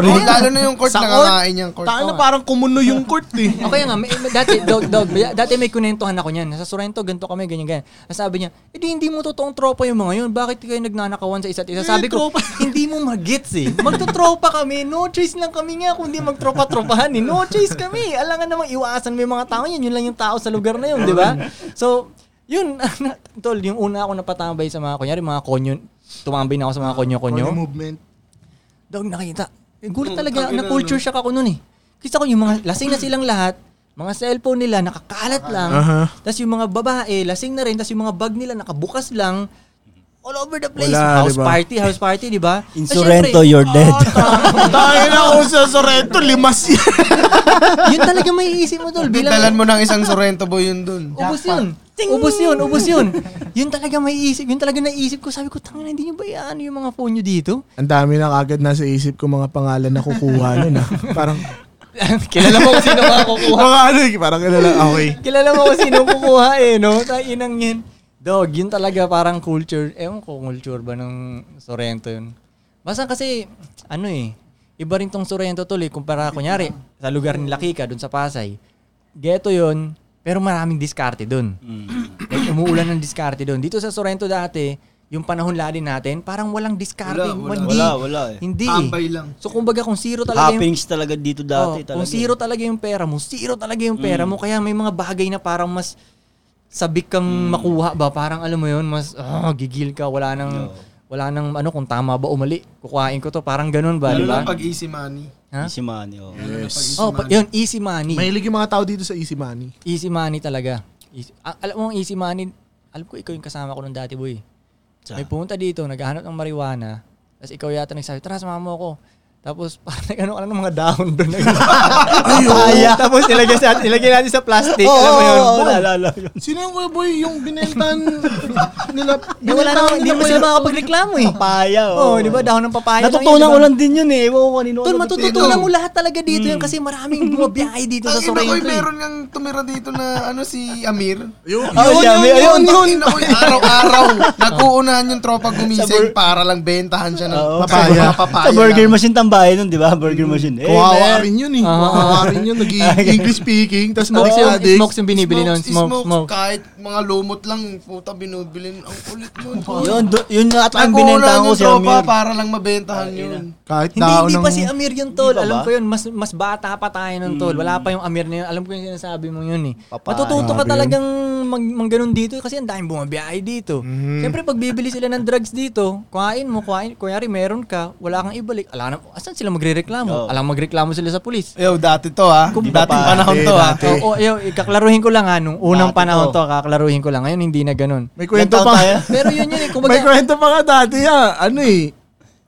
Oh, rin. oh, Lalo na yung court, Sa nakakain yung court. Tayo na parang kumuno yung court eh. O kaya nga, may, may- dati, dog, dog, may- dati may kunentuhan ako niyan. Nasa Sorrento, ganito kami, ganyan, ganyan. Ang Sabi niya, edi hindi mo totoong tropa yung mga yun. Bakit kayo nagnanakawan sa isa't isa? Sabi ko, hindi mo magets eh. Magtotropa kami. No choice lang kami nga kundi magtropa-tropahan eh. No choice kami. Alam nga namang iwasan mo yung mga tao yun. Yun lang yung tao sa lugar na yun, di ba? So, yun, tol, yung una ako napatambay sa mga, kunyari mga konyo, tumambay na ako sa mga konyo-konyo. movement. Dog nakita. Eh, gulat talaga, na-culture shock ako noon eh. Kita ko yung mga lasing na silang lahat, mga cellphone nila nakakalat lang. Tapos yung mga babae, lasing na rin, tapos yung mga bag nila nakabukas lang. All over the place. Wala, house diba? party, house party, di ba? Tas syempre, Ah, Insurento, you're dead. Tayo na ako sa Sorrento, limas yan. yun talaga may iisip mo tol. Dalan Bilang, mo ng isang Sorrento boy yun dun. ubus yun. Ubus yun, ubus yun. yun talaga may iisip. Yun talaga naisip ko. Sabi ko, tangin hindi nyo ba ano yung mga phone nyo dito? Ang dami na kagad nasa isip ko mga pangalan na kukuha nun ah. Parang, Kilala mo kung sino mga kukuha. mga ano eh, parang kilala, okay. Kilala mo kung sino kukuha eh, no? Tainang yun. Dog, yun talaga parang culture. Ewan ko, culture ba ng Sorrento yun? Basta kasi, ano eh, iba rin tong Sorrento tol eh. Kumpara, kunyari, sa lugar ni Lakika, dun sa Pasay, ghetto yun, pero maraming diskarte dun. Mm. Like, umuulan ng diskarte dun. Dito sa Sorrento dati, yung panahon lali natin, parang walang diskarte. Wala, Hindi. Wala, wala eh. Hindi. eh. Tambay lang. So, kumbaga, kung zero talaga yung Happenings talaga dito dati. Oo, talaga. Kung Oh, zero talaga yung pera mo, zero talaga yung pera mo. Kaya may mga bagay na parang mas sabik kang makuha ba? Parang alam mo yun, mas ah, gigil ka, wala nang, wala nang ano kung tama ba o mali. Kukuhain ko to, parang ganun ba, di Lalo ba? na pag easy money. Ha? Easy money, oh. Yes. Oh, pa- yun, easy money. Mahilig yung mga tao dito sa easy money. Easy money talaga. Easy- Ah, alam mo, ang easy money, alam ko ikaw yung kasama ko nung dati, boy. Sa- May pumunta dito, naghahanap ng marijuana, tapos ikaw yata nagsabi, tara, sumama mo ako. Tapos parang nag-ano ka na ng mga dahon doon. Ayun. Tapos ilagay, sa, ilagay natin sa plastic. Oo, alam mo yun? oo, oo, naalala ko yun. Sino yung kuya boy yung binentan nila? Eh, wala binentan na, hindi mo nila sila makapagreklamo eh. Papaya, Oo, di ba? Dahon ng papaya. lang yun, Natutunan di ko ba? lang din yun eh. Ewan ko kanino. Tol, ako matututunan mo lahat talaga dito yan Mm. kasi maraming bumabiyahe dito sa Ang ina ko, Sorrento. eh. meron ngang tumira dito na ano si Amir. Yun. Ah, si Amir, ayun, Ang ina ko, araw-araw. Nag-uunahan yung tropa gumising para lang bentahan siya ng eh. Oo. papaya. papaya Sa burger lang. machine tambahin nun, di ba? Burger machine. Eh, Kawawa man. rin yun Ah. eh. Kawawa rin yun. Nag-English speaking. Tapos Smokes yung, mag-addict. smokes yung binibili nun. Smoke, smokes, smoke. Kahit mga lumot lang, puta binubilin. Ang kulit mo. Yun, do- yun nga at ang binenta Nag-uunahan ko yung si tropa Amir. para lang mabentahan yun. Kahit Hindi, daon hindi ng... pa si Amir yun, tol. Hindi pa Alam ba? ko yun, mas, mas bata pa tayo nun, tol. Wala pa yung Amir na yun. Alam ko yung sinasabi mo yun, eh. Papa, Matututo ka grabe yun. talagang mag, mang ganun dito eh, kasi ang daming bumabiyahe dito. Siyempre, pag bibili sila ng drugs dito, kuhain mo, kuhain. Kunyari, meron ka, wala kang ibalik. Alam na, asan sila magrereklamo? Oo. Alam magreklamo sila sa pulis. Yo, dati to ha. Dating panahon to ah. ha. Dati. Oo, oh, kaklaruhin ko lang ha. Nung unang Dati panahon to, to. kaklaruhin ko lang. Ngayon, hindi na ganun. May Ilang kwento taon pa. tayo? Pero yun yun, eh. May Kumbaga, kwento pa nga dati ah. Ano eh.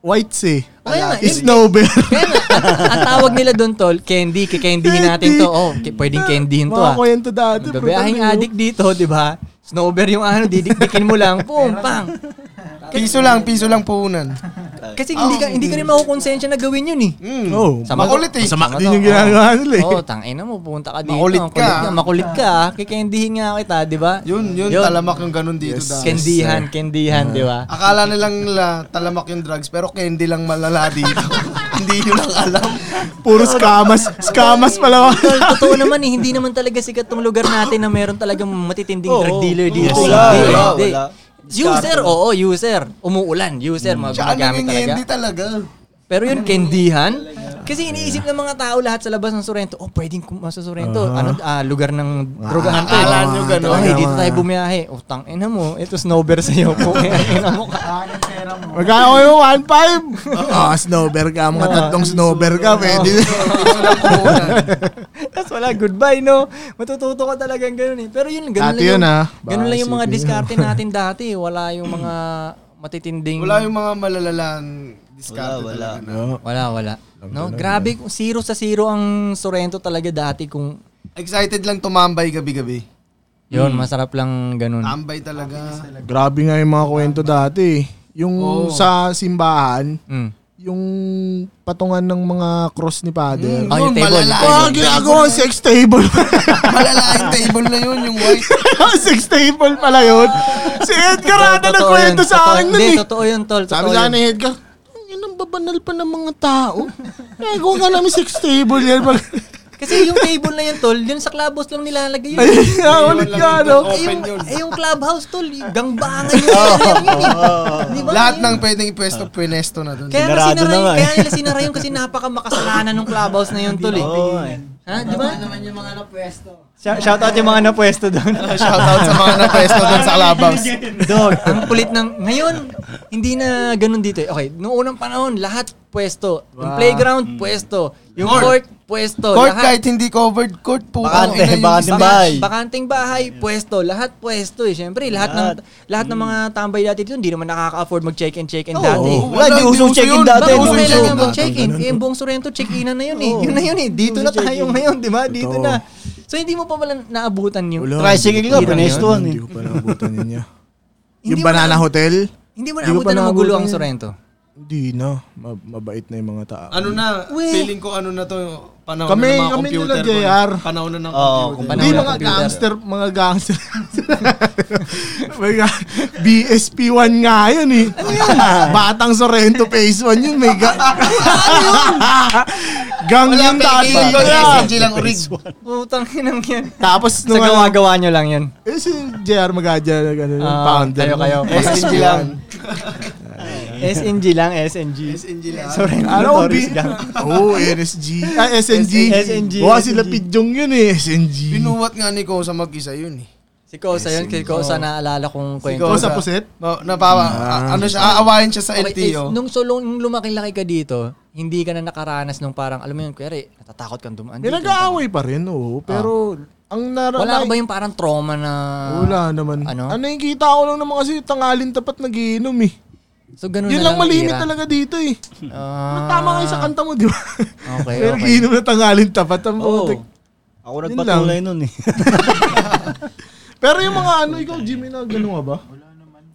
Whites eh. Kaya nga, Is hindi- Kaya nga, ang- ang tawag nila doon, tol, candy. Kikendihin natin to. Oh, ki- pwedeng candyhin to, ah. Mga kwento dati. Babahing addict dito, di ba? Snowber yung ano, didikdikin mo lang, boom, pang. Piso lang, piso lang puhunan. Kasi hindi ka hindi ka rin makukonsensya na gawin yun eh. Mm. Oh, Sama- makulit eh. Masama Sama din to, yung oo. ginagawa nila eh. Oo, tangina mo, pupunta ka dito. Makulit ang ka. kulit Makulit ka, ah. kikendihin nga kita, di ba? Yun, yun, talamak yung ganun dito dati. Kendihan, kendihan, di ba? Akala nilang nila talamak yung drugs pero candy lang malala dito. Hindi nyo lang alam. Puro scammers. Scammers pala. Tol, totoo naman eh, hindi naman talaga sikat tong lugar natin na meron talagang matitinding drug dealer dito. Wala, Hindi, wala, hindi. wala. User, oo, user. Umuulan, user, mga Tsaka gumagamit talaga. nangingendi talaga. Pero yun, kendihan. Kasi iniisip ng mga tao lahat sa labas ng Sorrento, oh, pwedeng kumasa sa Sorrento. Ano, ah, lugar ng ah, drogahan to. akala nyo ganun. Okay, dito tayo bumiyahe. Oh, tang ina mo. Ito snowber sa'yo. Putang ina mo ka. Magkano kayo? 1.5? Oo, snowber ka. Mga tatlong snowber ka. Pwede. Tapos wala, goodbye, no? Matututo ka talagang ganun eh. Pero yun, ganun Dati yun, lang, ah. yung, ganun lang yung mga Baka diskarte natin dati. Wala yung mga matitinding... Wala yung mga malalalang discount Wala, talaga. na. Wala, wala. No? Grabe, kung zero sa zero ang Sorrento talaga dati kung... Excited lang tumambay gabi-gabi. Yun, Hmm. masarap lang ganun. Tambay talaga. Grabe nga yung mga kwento dati. eh. Yung sa simbahan, Mm. yung patungan ng mga cross ni Father. Ah, yung Yun, table. malala- Oh, yung table. ginagawa sex table. Malalaking table na yun, yung white. sex table pala yun. Si Edgar Totoo ata nagkwento yun. sa Totoo- akin Hindi, nun eh. totoo yun, tol. Sabi Totoo sa yun. akin ni Edgar, "Ang ina, ang babanal pa ng mga tao. Nagawa ka namin sex table yan. Kasi yung table na yun, tol, yun sa clubhouse lang nilalagay yun. Kaya ulit ka, no? eh, yung, eh, yung clubhouse, tol, yung gangbangan yun. Di ba? Lahat ng pwedeng ipwesto, pwesto na dun. Kaya Sinarado nga sinara na yun, nga eh. kaya nila sinara yun kasi napaka makasalanan ng clubhouse na yun, tol. eh. Ha, di ba? Shout out yung mga napwesto doon. Shoutout sa mga na-pwesto dun sa Alabas. Dog, ang kulit ng... Ngayon, hindi na ganun dito eh. Okay, noong unang panahon, lahat pwesto. Yung playground, pwesto. Yung court, pwesto. Court lahat. kahit hindi covered, court po. Bakante, Ano yun, yung bakante. isang- bahay. Bakanting bahay, pwesto. Lahat pwesto eh. Siyempre, lahat, ng lahat ng mga tambay dati dito, hindi naman nakaka-afford mag-check in, check in dati. oo. Wala, di usong check-in Wala, dati. Bakit Dati, mo uso yung kailangan check-in. mag-check-in? Eh, yung buong Sorrento, check-inan na yun eh. Yun na yun eh. Dito na tayo ngayon, di ba? Dito na. So, hindi mo pa pala naabutan yung... Tricycle nga, pinestuhan eh. Hindi ko pa naabutan yun niya. Hindi Yung mo banana hotel? Hindi mo Hindi ko pa naabutan na magulo naabutan ang yun. Sorrento. Hindi na. Ma- mabait na yung mga tao. Ano na, Uy. feeling ko ano na to, panahon Kami- na ng mga kami computer. nila, JR. ko. Panahon na ng Oo, computer. Panahon Hindi ng mga computer. gangster, mga gangster. mga BSP1 nga yun Ano eh. Batang Sorrento Phase 1 yun. May ga- Gang yun dati. Hindi ko Kaya- SNG lang urig. Putang inang yan. Sa Tapos nung ano, gawa-gawa nyo lang yun. eh, si JR Magadya, ano, yung Ah, founder. kayo, kayo. SNG lang. SNG lang, SNG. SNG lang. Sorrento Ano, Torres B? gang. Oo, oh, NSG. Ah, SNG. SNG. Wala sila pidyong yun eh, SNG. Pinuwat nga ni Kosa mag-isa yun eh. Si Kosa yun, kay Kosa naalala kong kwento. Kosa Puset? Ma- napawa, a- ano siya, aawayan siya sa Okay, eh, LTO. nung so long, nung lumaki-laki ka dito, hindi ka na nakaranas nung parang, alam mo yun, kuwari, natatakot kang dumaan May dito. nag-aaway pa rin, oo. Pero, ang nara... Ah. Wala ka ba yung parang trauma na... Wala naman. Ano? Ano? yung kita ko lang naman kasi tangalin tapat nagiinom eh. So, ganun Ano na Yun lang lang malimit tira. talaga dito eh. Ah, Tama nga yung sa kanta mo, di ba? Okay, Pero okay. giinom na tangalin tapat. Ang Oo. putik. Ako Yun nagpatuloy nun eh. Pero yung mga ano, ikaw Jimmy na gano'n ba?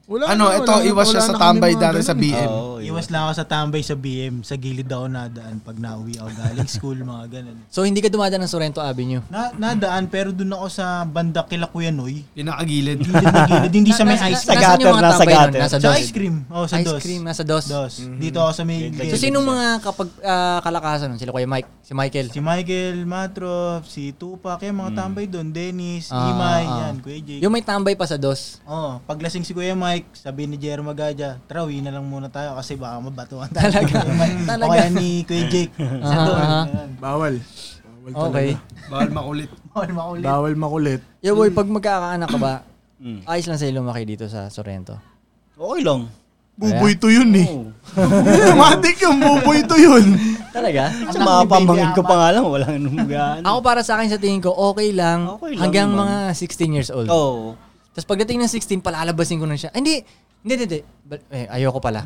Wala Ano, naman, ito, wala iwas siya naman sa tambay yung mga dati sa ganun. BM. Iwas lang ako sa tambay sa BM. Sa gilid ako nadaan pag nauwi ako galing school, mga ganun. So, hindi ka dumadaan ng Sorrento Avenue. Na, nadaan pero dun ako sa banda kila Kuya Noy. Pinakagilid. Gilid na gilid, hindi sa may Na- na- ice cream. Sagat. nasaan yung mga Sa tambay nun? gutter. Nasa Sa dos. ice cream. Oh, sa Ice dos. cream, nasa dos. Dos. Dito ako sa may So, gilid. sinong mga kapag ah, kalakasan nun? Sila kuya Mike, si Michael. Si Michael Matrop, si Tupac, yung mga tambay doon. Dennis, Ah, Imay, ah. yan, Kuya Jake. Yung may tambay pa sa dos. Oh, paglasing si Kuya Mike, sabi ni Jero Magaja, tara, uwi na lang muna tayo kasi baka mabatuan tayo. Talaga, Kuya Mike. talaga. O kaya ni Kuya Jake. Sa Aha, doon. aha. Ayan. Bawal. Bawal Okay. Bawal makulit. Bawal makulit. Bawal makulit. Yo boy, pag magkakaanak ka ba, Mm. ayos lang sa'yo lumaki dito sa Sorrento. Okay lang. Buboy to yun eh. Matik yung buboy to yun. Talaga? Sa mga pamangkin ko pa nga lang, walang numugaan. Ako para sa akin sa tingin ko, okay lang, Okay lang Oh. hanggang mga naman. 16 years old. Oo. Tapos pagdating ng 16, palalabasin ko na siya. Ay, Hindi, hindi, hindi. hindi. But, eh, ayoko pala.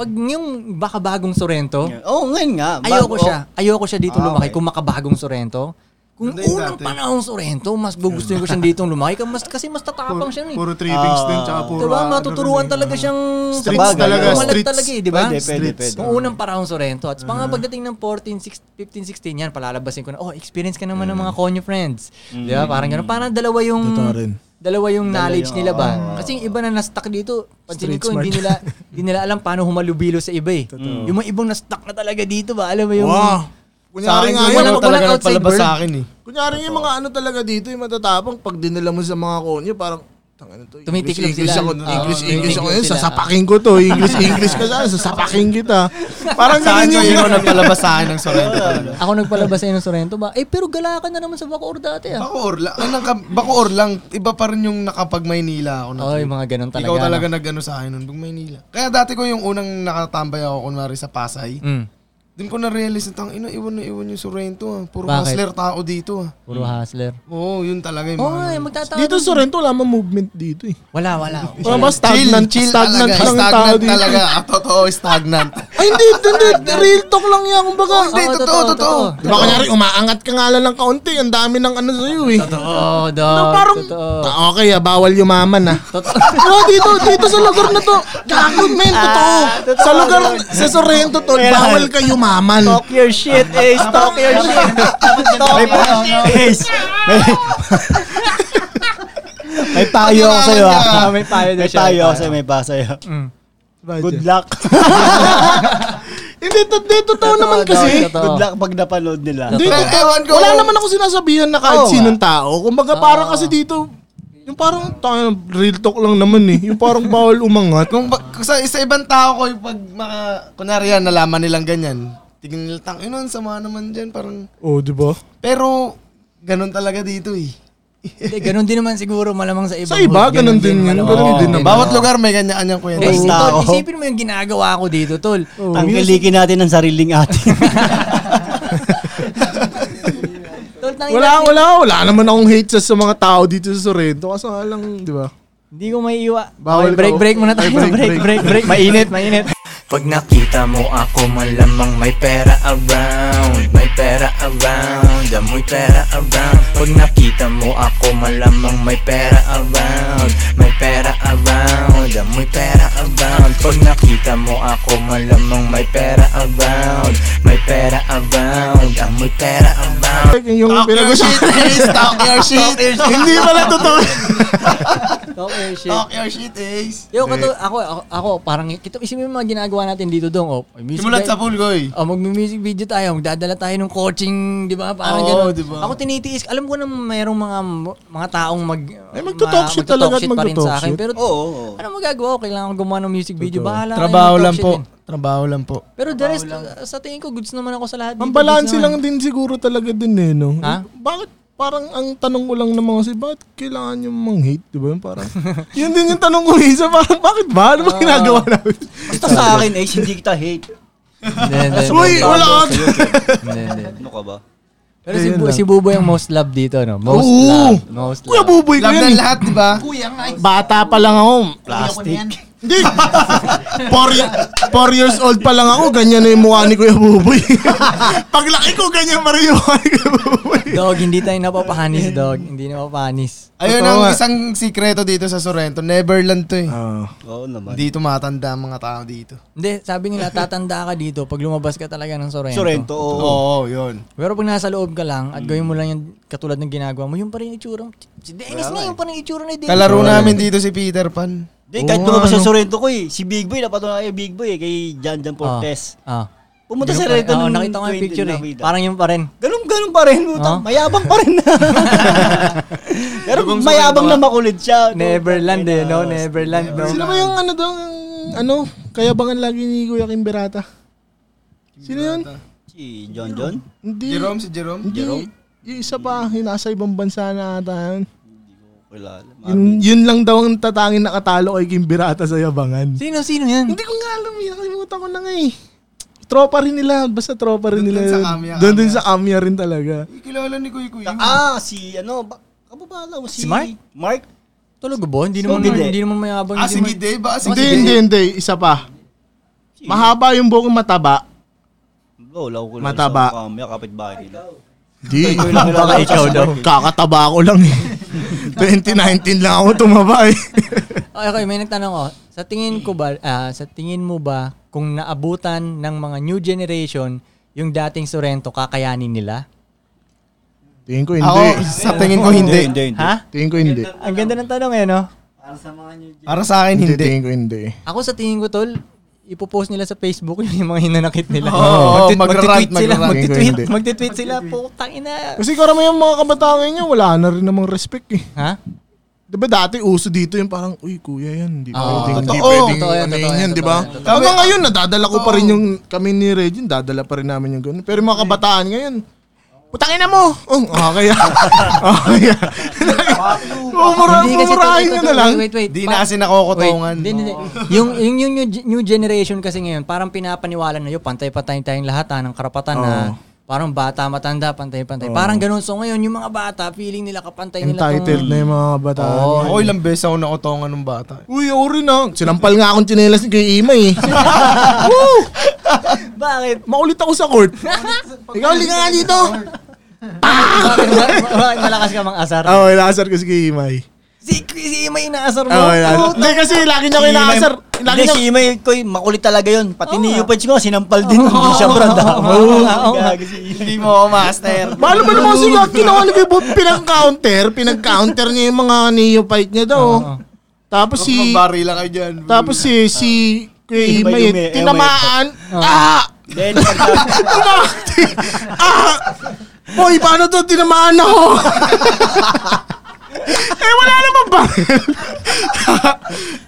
Pag yung baka bagong Sorrento, Oo, ngayon nga. ayoko Bago- siya. Ayoko siya dito Ah, lumaki okay. kung makabagong Sorrento. Kung Ganda yung unang dati. panahong Sorrento, mas gugustuhin ko siyang dito lumaki ka, mas, kasi mas tatapang siya. nun eh. Puro trippings din, tsaka ah, puro... Diba? ano Matuturuan rin eh. talaga siyang... Streets Sabagay, talaga, oo. Kumalat streets. talaga eh, di ba? Pwede, pwede, Streets. pwede. Nung unang parang Sorrento. At pang pagdating ng 14, 16, 15, 16, yan, palalabasin ko na, oh, experience ka naman ng mga konyo friends. Di ba? Parang ganun. Parang dalawa yung... Totoo rin. Dalawa yung knowledge nila ba? Kasi yung iba na na-stuck dito, pansinin Street ko, hindi smart. nila, hindi nila alam paano humalubilo sa iba eh. Yung mga ibang na-stuck na talaga dito ba? Alam mo yung... Wow. Sa akin, Kunyari nga yung yun, walang- ano talaga walang outside nagpalabas world. sa akin eh. Kunyari yung mga ano talaga dito, yung matatapang, pag dinala mo sa mga konyo, parang, Tang ano to? Tumitiklo English, English sila. ako, Oo, English, English ako. tumitiklo Yun, sila. sasapakin ko to. English, English ka saan. Sasapakin kita. Parang Saan ko ganun yun yun. ang nagpalabas sa akin ng Sorrento talaga? Ako nagpalabas sa'yo ng Sorrento ba? Eh, pero gala ka na naman sa Bacoor dati ah. Bacoor lang. Ay, nang, Bacoor lang. Iba pa rin yung nakapag-Maynila ako. na Oy, trip. mga ganun Oh, talaga. Ikaw talaga no? nag-ano sa akin nun, pag Maynila. Kaya dati ko yung unang nakatambay ako, kunwari sa Pasay. Mm, Doon ko na-realize na tang, ina, iwan na iwan yung Sorrento ah. Puro Bakit? hustler tao dito ah. puro hustler. Oo, yun talaga yung Oo mga nga, eh, ganun. magtatawa. Dito sa Sorrento, wala mang movement dito eh. Wala, wala. Wala ba stagnant? Chill, chill stagnant talaga. Stagnant lang ang tao dito. talaga. Ah, totoo, stagnant. Ay, hindi, hindi. Real talk lang yan. Kumbaga. Oh, Hindi, Oo, totoo, totoo, totoo. Di ba kanyari, umaangat ka nga lang ng kaunti. Ang dami ng ano sa'yo eh. Totoo, No, dog. parang, Totoo. Ta- okay ah, bawal yumaman ah. Bro, dito, dito sa lugar na to, gago men, totoo. Sa lugar, sa Sorrento to, bawal ka yumaman. Talk your shit, Ace. Talk your shit. Talk your shit. Ace. May- May payo ako ah. sa'yo, ha? ah. May payo daw May siya. payo ako sa'yo, may payo sa'yo. Good luck. Hindi, to, di, totoo Totoo naman daw, kasi. totoo. Good luck pag napanood nila. Hindi, Pero totoo. ewan ko. Ano Wala naman ako sinasabihan na kahit Oo, sinong tao. Kumbaga, parang kasi dito, yung parang, tayo, real talk lang naman eh. Yung parang bawal umangat. Kung ba- kung sa, sa ibang tao ko, yung pag maka, kunwari yan, nalaman nilang ganyan, tignan nila, tang, ina, ang sama naman dyan, parang, Oh, di ba? pero, ganun talaga dito eh. Hindi, ganun din naman siguro malamang sa iba. Sa iba, ganun din yun. Ganun din naman. Bawat lugar may kanya-kanyang kwento. Eh, Basta tol, ako. isipin mo yung ginagawa ko dito, tol. Tangkilikin natin ang sariling atin. Tol, tangina, Wala, wala, wala naman akong hate sa, sa mga tao dito sa Sorrento. Kasi nga lang, di ba? Hindi ko may iwa. Bawal Okay, break, ka. break muna tayo. Break, Break, break, break. mainit, mainit. Pag nakita mo ako malamang may pera around May pera around, amoy pera around Pag nakita mo ako malamang may pera around May pera around, amoy pera around Pag nakita mo ako malamang may pera around May pera around, amoy pera around Yung Talk your pinag-usapan. shit, Ace! Talk your shit! Hindi pala totoo. Okay, shit. Talk your shit, Ace! Yo, kato, ako, ako, ako, parang, kita, isipin mo yung mga ginagawa natin dito dong, oh. May music Simulan tayo- sa pool, eh. goy. Oh, magmi-music video tayo, magdadala tayo ng coaching, 'di ba? Parang Oo, ganun. di ba? Ako tinitiis. Alam ko na mayroong mga mga taong mag Eh, magto-talk shit talaga at pa rin magto-talk sa akin, shit. pero Oo, oo. ano magagawa ko? Kailangan ko gumawa ng music video. Bahala kayo Trabaho mag-talk lang shit eh. po. din. Trabaho lang po. Pero the rest, uh, sa tingin ko, goods naman ako sa lahat. dito. Ang Goods balanse naman. lang din siguro talaga din eh, no? Ha? Bakit parang ang tanong ko lang ng mga si bakit kailangan yung mang hate, di ba? Yung Parang, yun din yung tanong ko isa, parang bakit ba? Ano ba ginagawa namin? Basta sa akin, eh, Ace, hindi kita hate. Hindi, hindi, hindi. Uy, wala ka! Hindi, hindi. Ano ka ba? Pero si, Bu- si Buboy ang most loved dito, no? Most Oo. loved. Most Kuya, loved. buboy ko Love yan. ng eh. lahat, di ba? Bata pa lang ako. Plastic. Hindi. Four, ye- four years old pa lang ako, ganyan na yung mukha ni Kuya Buboy. Paglaki ko, ganyan pa rin yung mukha ni Kuya Buboy. Dog, hindi tayo napapanis, dog. Hindi napapanis. Ayun Totoo ang nga. isang sikreto dito sa Sorrento. Neverland to eh. Oo naman. Hindi tumatanda ang mga tao dito. Hindi, sabi nila, tatanda ka dito pag lumabas ka talaga ng Sorrento, oo. Oo, yun. Pero pag nasa loob ka lang Hmm. at gawin mo lang yung katulad ng ginagawa mo, yung pa rin yung itsura mo. Si Dennis eh. na, yung pa rin yung itsura ni Dennis. Kalaro namin dito si Peter Pan. Hindi, kahit lumabas sa Sorrento ko eh. Si Big Boy, napatunan kayo Big Boy eh, kay Jan Jan Portes. Ah. Pumunta Ganun pa sa rin. Sorrento Oo, nung nakita ko yung 20 picture eh. nakita. Parang yung pa rin. Ganun, ganun pa rin, Ah? putang. Mayabang pa rin. Pero mayabang na makulit siya. Neverland eh, no? Neverland, bro. Sino ba yung ano daw, ang ano, kaya bangan lagi ni Kuya Kimberata? Sino yun? Si John John? Hindi. Jerome, si Jerome. Hindi. Yung isa pa, yung nasa ibang bansa na ata yun. Wala. alam. Yun, yun lang daw ang tatangin nakatalo kay Kimbirata sa Yabangan. Sino, sino yan? Hindi ko nga alam, yun, nakalimutan ko na nga eh. Tropa rin nila, basta tropa Doon rin nila. din sa yun. Kamya, Doon din Kamya. sa Kamya rin talaga. Ay, kilala ni Kuy Kuy. Ah, si ano, ba, kababala mo, Si si, Mark? Mark? Talaga ba? Hindi naman, Hindi. hindi naman mayabang. Ah, hindi si naman- Gide ba? Si Hindi, Gide. hindi, hindi. Isa pa. Si- Mahaba yung buhok mataba. Wala, wala ko Mataba. Sa kamya, kapitbahay nila. Di, Baka ikaw daw. kakataba ko lang eh. 2019 lang ako tumaba eh. Okay, okay, may nagtanong ko. Sa tingin ko ba, ah, sa tingin mo ba kung naabutan ng mga new generation yung dating Sorrento, kakayanin nila? Tingin ko Ako, hindi. sa tingin ko hindi. Hindi, hindi. Ha? Tingin ko hindi. Ang ganda ng tanong eh, no? Para sa akin, Hindi, hindi. tingin ko hindi. Ako sa tingin ko, tol, ipopost nila sa Facebook yun yung mga hinanakit nila. Oo, oo, Magtit- magra-rant, magtitweet sila, magra-rant. magtitweet, Hindi. magtitweet sila, putang ina. Kasi karamihan mga kabataan ngayon, wala na rin namang respect eh. Ha? Di ba dati uso dito yung parang, uy kuya yan, di Ah, ba? Hindi totoo. pwedeng Totoo yan, ano totoo yan, yan, di ba? totoo yan, Hanggang ngayon, nadadala ko pa rin yung, kami ni Regine, dadala pa rin namin yung gano'n. Pero yung mga kabataan ngayon, putangin na mo! Oh, ah, okay yan. okay yan. Umura, Hindi kasi umurahin totoo, ka na totoo. lang. Wait, wait. Di Pa- na kasi nakokotongan. Wait, hindi, hindi. yung, yung, yung new, new generation kasi ngayon, parang pinapaniwala na yun, pantay-pantay tayong lahat ha, ng karapatan na parang bata, matanda, pantay-pantay. Parang ganun. So ngayon, yung mga bata, feeling nila kapantay nila Entitled na yung mga kabataan. Oo. Oh, Ako ilang beses ako nakotongan ng bata. Uy, ori na. Sinampal nga akong tsinelas ni kay Ima eh. Woo! Bakit? Maulit ako sa court. Ikaw, linga nga dito. Bakit, ba- ba- bakit malakas ka mang asar? Oo, inaasar Ah, ko si kay Ima eh. Si, si Ima inaasar mo? Oo, inaasar. Hindi kasi lagi niya ako inaasar. Lagi Hindi, niya si Imay, koy, makulit talaga yun. Pati ni Yupanch ko, sinampal din. Hindi siya brand. Gagi si Imay. Hindi mo ako master. Paano ba naman si Gab ginawa ni Bebop? Pinag-counter. Pinag-counter niya yung mga neophyte niya daw. Tapos si... Magbari lang kayo dyan. Tapos si... si Kuya Ima Ima yung may- yun. Tinamaan. Ah! Then, pagka- Tinamaan! Ah! Hoy, paano to? Tinamaan ako! eh, wala naman ba?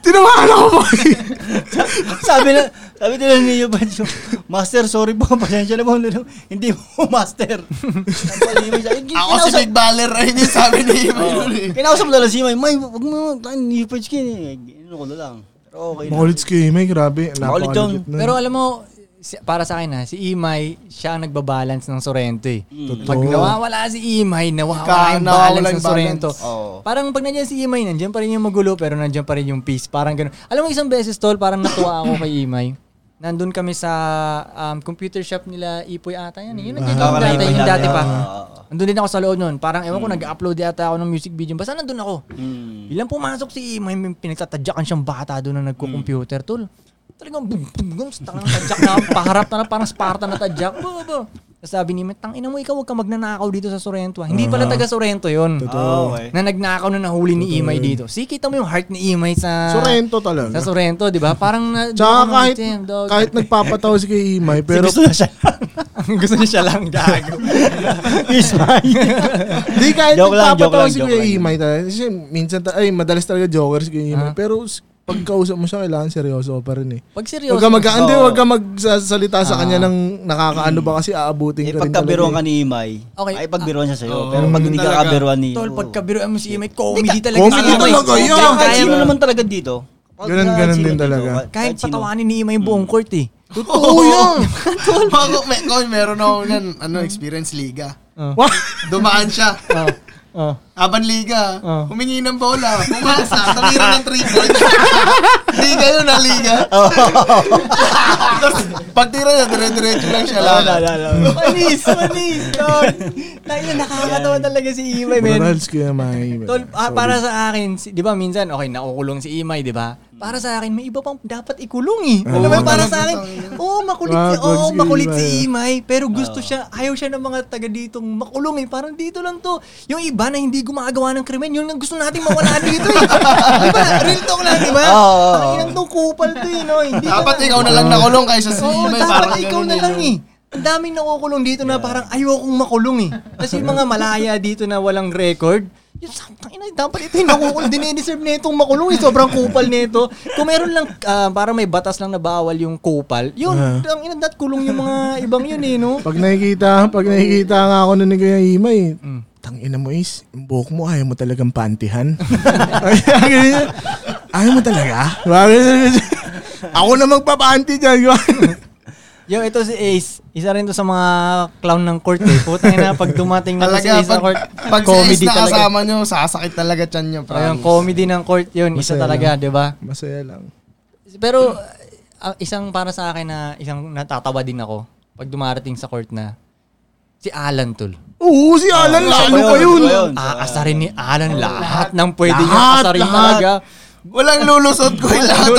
tinamaan ako, boy! sabi na, sabi nila ni Yupanch ko, Master, sorry po, pasensya na po. Hindi mo, Master. Sinampal ni Imay siya. Ako si Big Baller rin yung sabi ni Imay Oh. nun eh. Kinausap ko talaga si Imay, May, wag mo, tayo, ni Yupanch ko, eh." Ano ko na lang. Pero okay na. Makulit si Kuya Ima, grabe. Makulit yun. Napakaligit nun. Pero alam mo, si- para sa akin ha, si Imay, siya ang nagbabalance ng Sorrento eh. Mm. Pag Totoo. nawawala si Imay, nawawala Ka- yung nawawala balance yung ng Sorrento. balance. Oo. Parang pag nandiyan si Imay, nandiyan pa rin yung magulo, pero nandiyan pa rin yung peace. Parang ganun. Alam mo, isang beses, tol, parang natuwa ako kay Imay. Nandun kami sa um, computer shop nila, Ipoy ata yan. eh. Yun, nandiyan Ah, yung wala dati, yung yung dati dati, pa. ah. Nandun din ako sa loob nun. Parang, ewan ko, nag-upload yata ako ng music video. Basta nandun ako. Hmm. Ilang pumasok si Imay, may pinagtatadyakan siyang bata doon na nagko-computer, tol. Talagang bum bum bum, sa tangan ng tadyak na, paharap na, na parang Spartan na tadyak. Bo, bo. Tapos Sabi ni Imay, tang ina mo, ikaw huwag ka magnanakaw dito sa Sorrento. ah." Hindi pala taga Sorrento yun. Ah, okay. Na nagnakaw na nahuli ni Imay dito. See, kita mo yung heart ni Imay ah, sa... Sorrento talaga. Sa Sorrento, di ba? Parang na... Tsaka ano, kahit, damn, dog. kahit nagpapatawa si Kuya Imay, pero Gusto na siya. gusto niya siya lang. Gago. Di kahit Joke lang, joke nagpapatawa lang, si joke Kuya lang. Imay talaga. Kasi minsan, ta- ay, madalas talaga joker si Kuya Imay. Ah. Pero s- pagkausap mo siya, kailangan seryoso ka pa rin eh. Pag seryoso. Huwag ka mag ka- hindi, Oo. huwag ka magsasalita sa Ah. kanya ng nakakaano ba kasi aabutin Eh, ka rin pagkabiruan ka talaga. eh. ni Imay, Okay. ay pagbiruan siya sa'yo. Oo. Pero pag hindi ka Talaga. kabiruan ni... Tol, Oo. pagkabiruan mo si Imay, comedy talaga. comedy si Imay. talaga yun. Kahit Kahit sino sino naman- naman talaga dito. Kapag Ganun, kahit ganun sino din dito, talaga. Kahit sino. patawanin ni Ima yung buong court eh. Hmm. Totoo yun! Bago, may, koy, meron ako nyan, ano, experience liga. Wah! Dumaan siya. Oh. Aban liga. Oh. Humingi ng bola. Pumasa. Tumira ng three points. liga yun, ha, liga. Tapos, pagtira niya, dire-diretso lang siya Wala, wala, lang. wala. Panis, panis, tol. Tayo nakakatawa talaga si Imay, men. Morals Kuya Imay. Tol, ah, para sa akin, si- 'di ba minsan okay nakukulong si Imay, 'di ba? Para sa akin may iba pang dapat ikulong eh. Alam mo, Oo, para talaga, sa akin, tangina. oo, makulit Ah, si, Gods oo, kay makulit Imay, si ah. Imay, pero gusto siya, ayaw siya ng mga taga ditong makulong eh. Parang dito lang 'to. Yung iba na hindi gumagawa ng krimen, yun ang gusto nating mawala dito eh. 'Di ba? Real talk lang, 'di ba? Oo, oo, oo. Parang yan tong kupal 'to eh, no? Hindi ka Dapat na- ikaw na lang nakulong kaysa si Oo, Imay. dapat Parang ikaw ganun na yun lang yung- eh. Ang daming nakukulong dito na parang ayokong makulong eh. Kasi yung mga malaya dito na walang record, yung samtang ina, dapat ito yung nakukulong. Dinedeserve na itong makulong eh. Sobrang kupal nito. Kung meron lang, ah, parang may batas lang na bawal yung kupal, yun, Ah. ang ina, dat kulong yung mga ibang yun eh, no? Pag nakikita, pag nakikita nga ako nun ni Kuya Imay, Mm. tangina mo is, yung buhok mo ayaw mo talagang pantihan. Ganyan. ayaw mo talaga? ako na magpapanti dyan. Yo, ito si Ace. Isa rin to sa mga clown ng court eh. Putang ina, pag dumating na to si Talaga, Ace pag, ng court, pag si Ace na kasama nyo, sasakit talaga chan nyo, Ayun, promise. comedy ng court yun. Isa Masaya talaga, di ba? Masaya lang. Pero ang isang para sa akin na isang natatawa din ako pag dumarating sa court na si Alan tol. Oo, si Alan, lalo Ano pa yun. yun? Aakasarin ni Alan lahat ng pwede Lahat, niya asarin lahat. talaga. Walang lulusot ko yung lahat.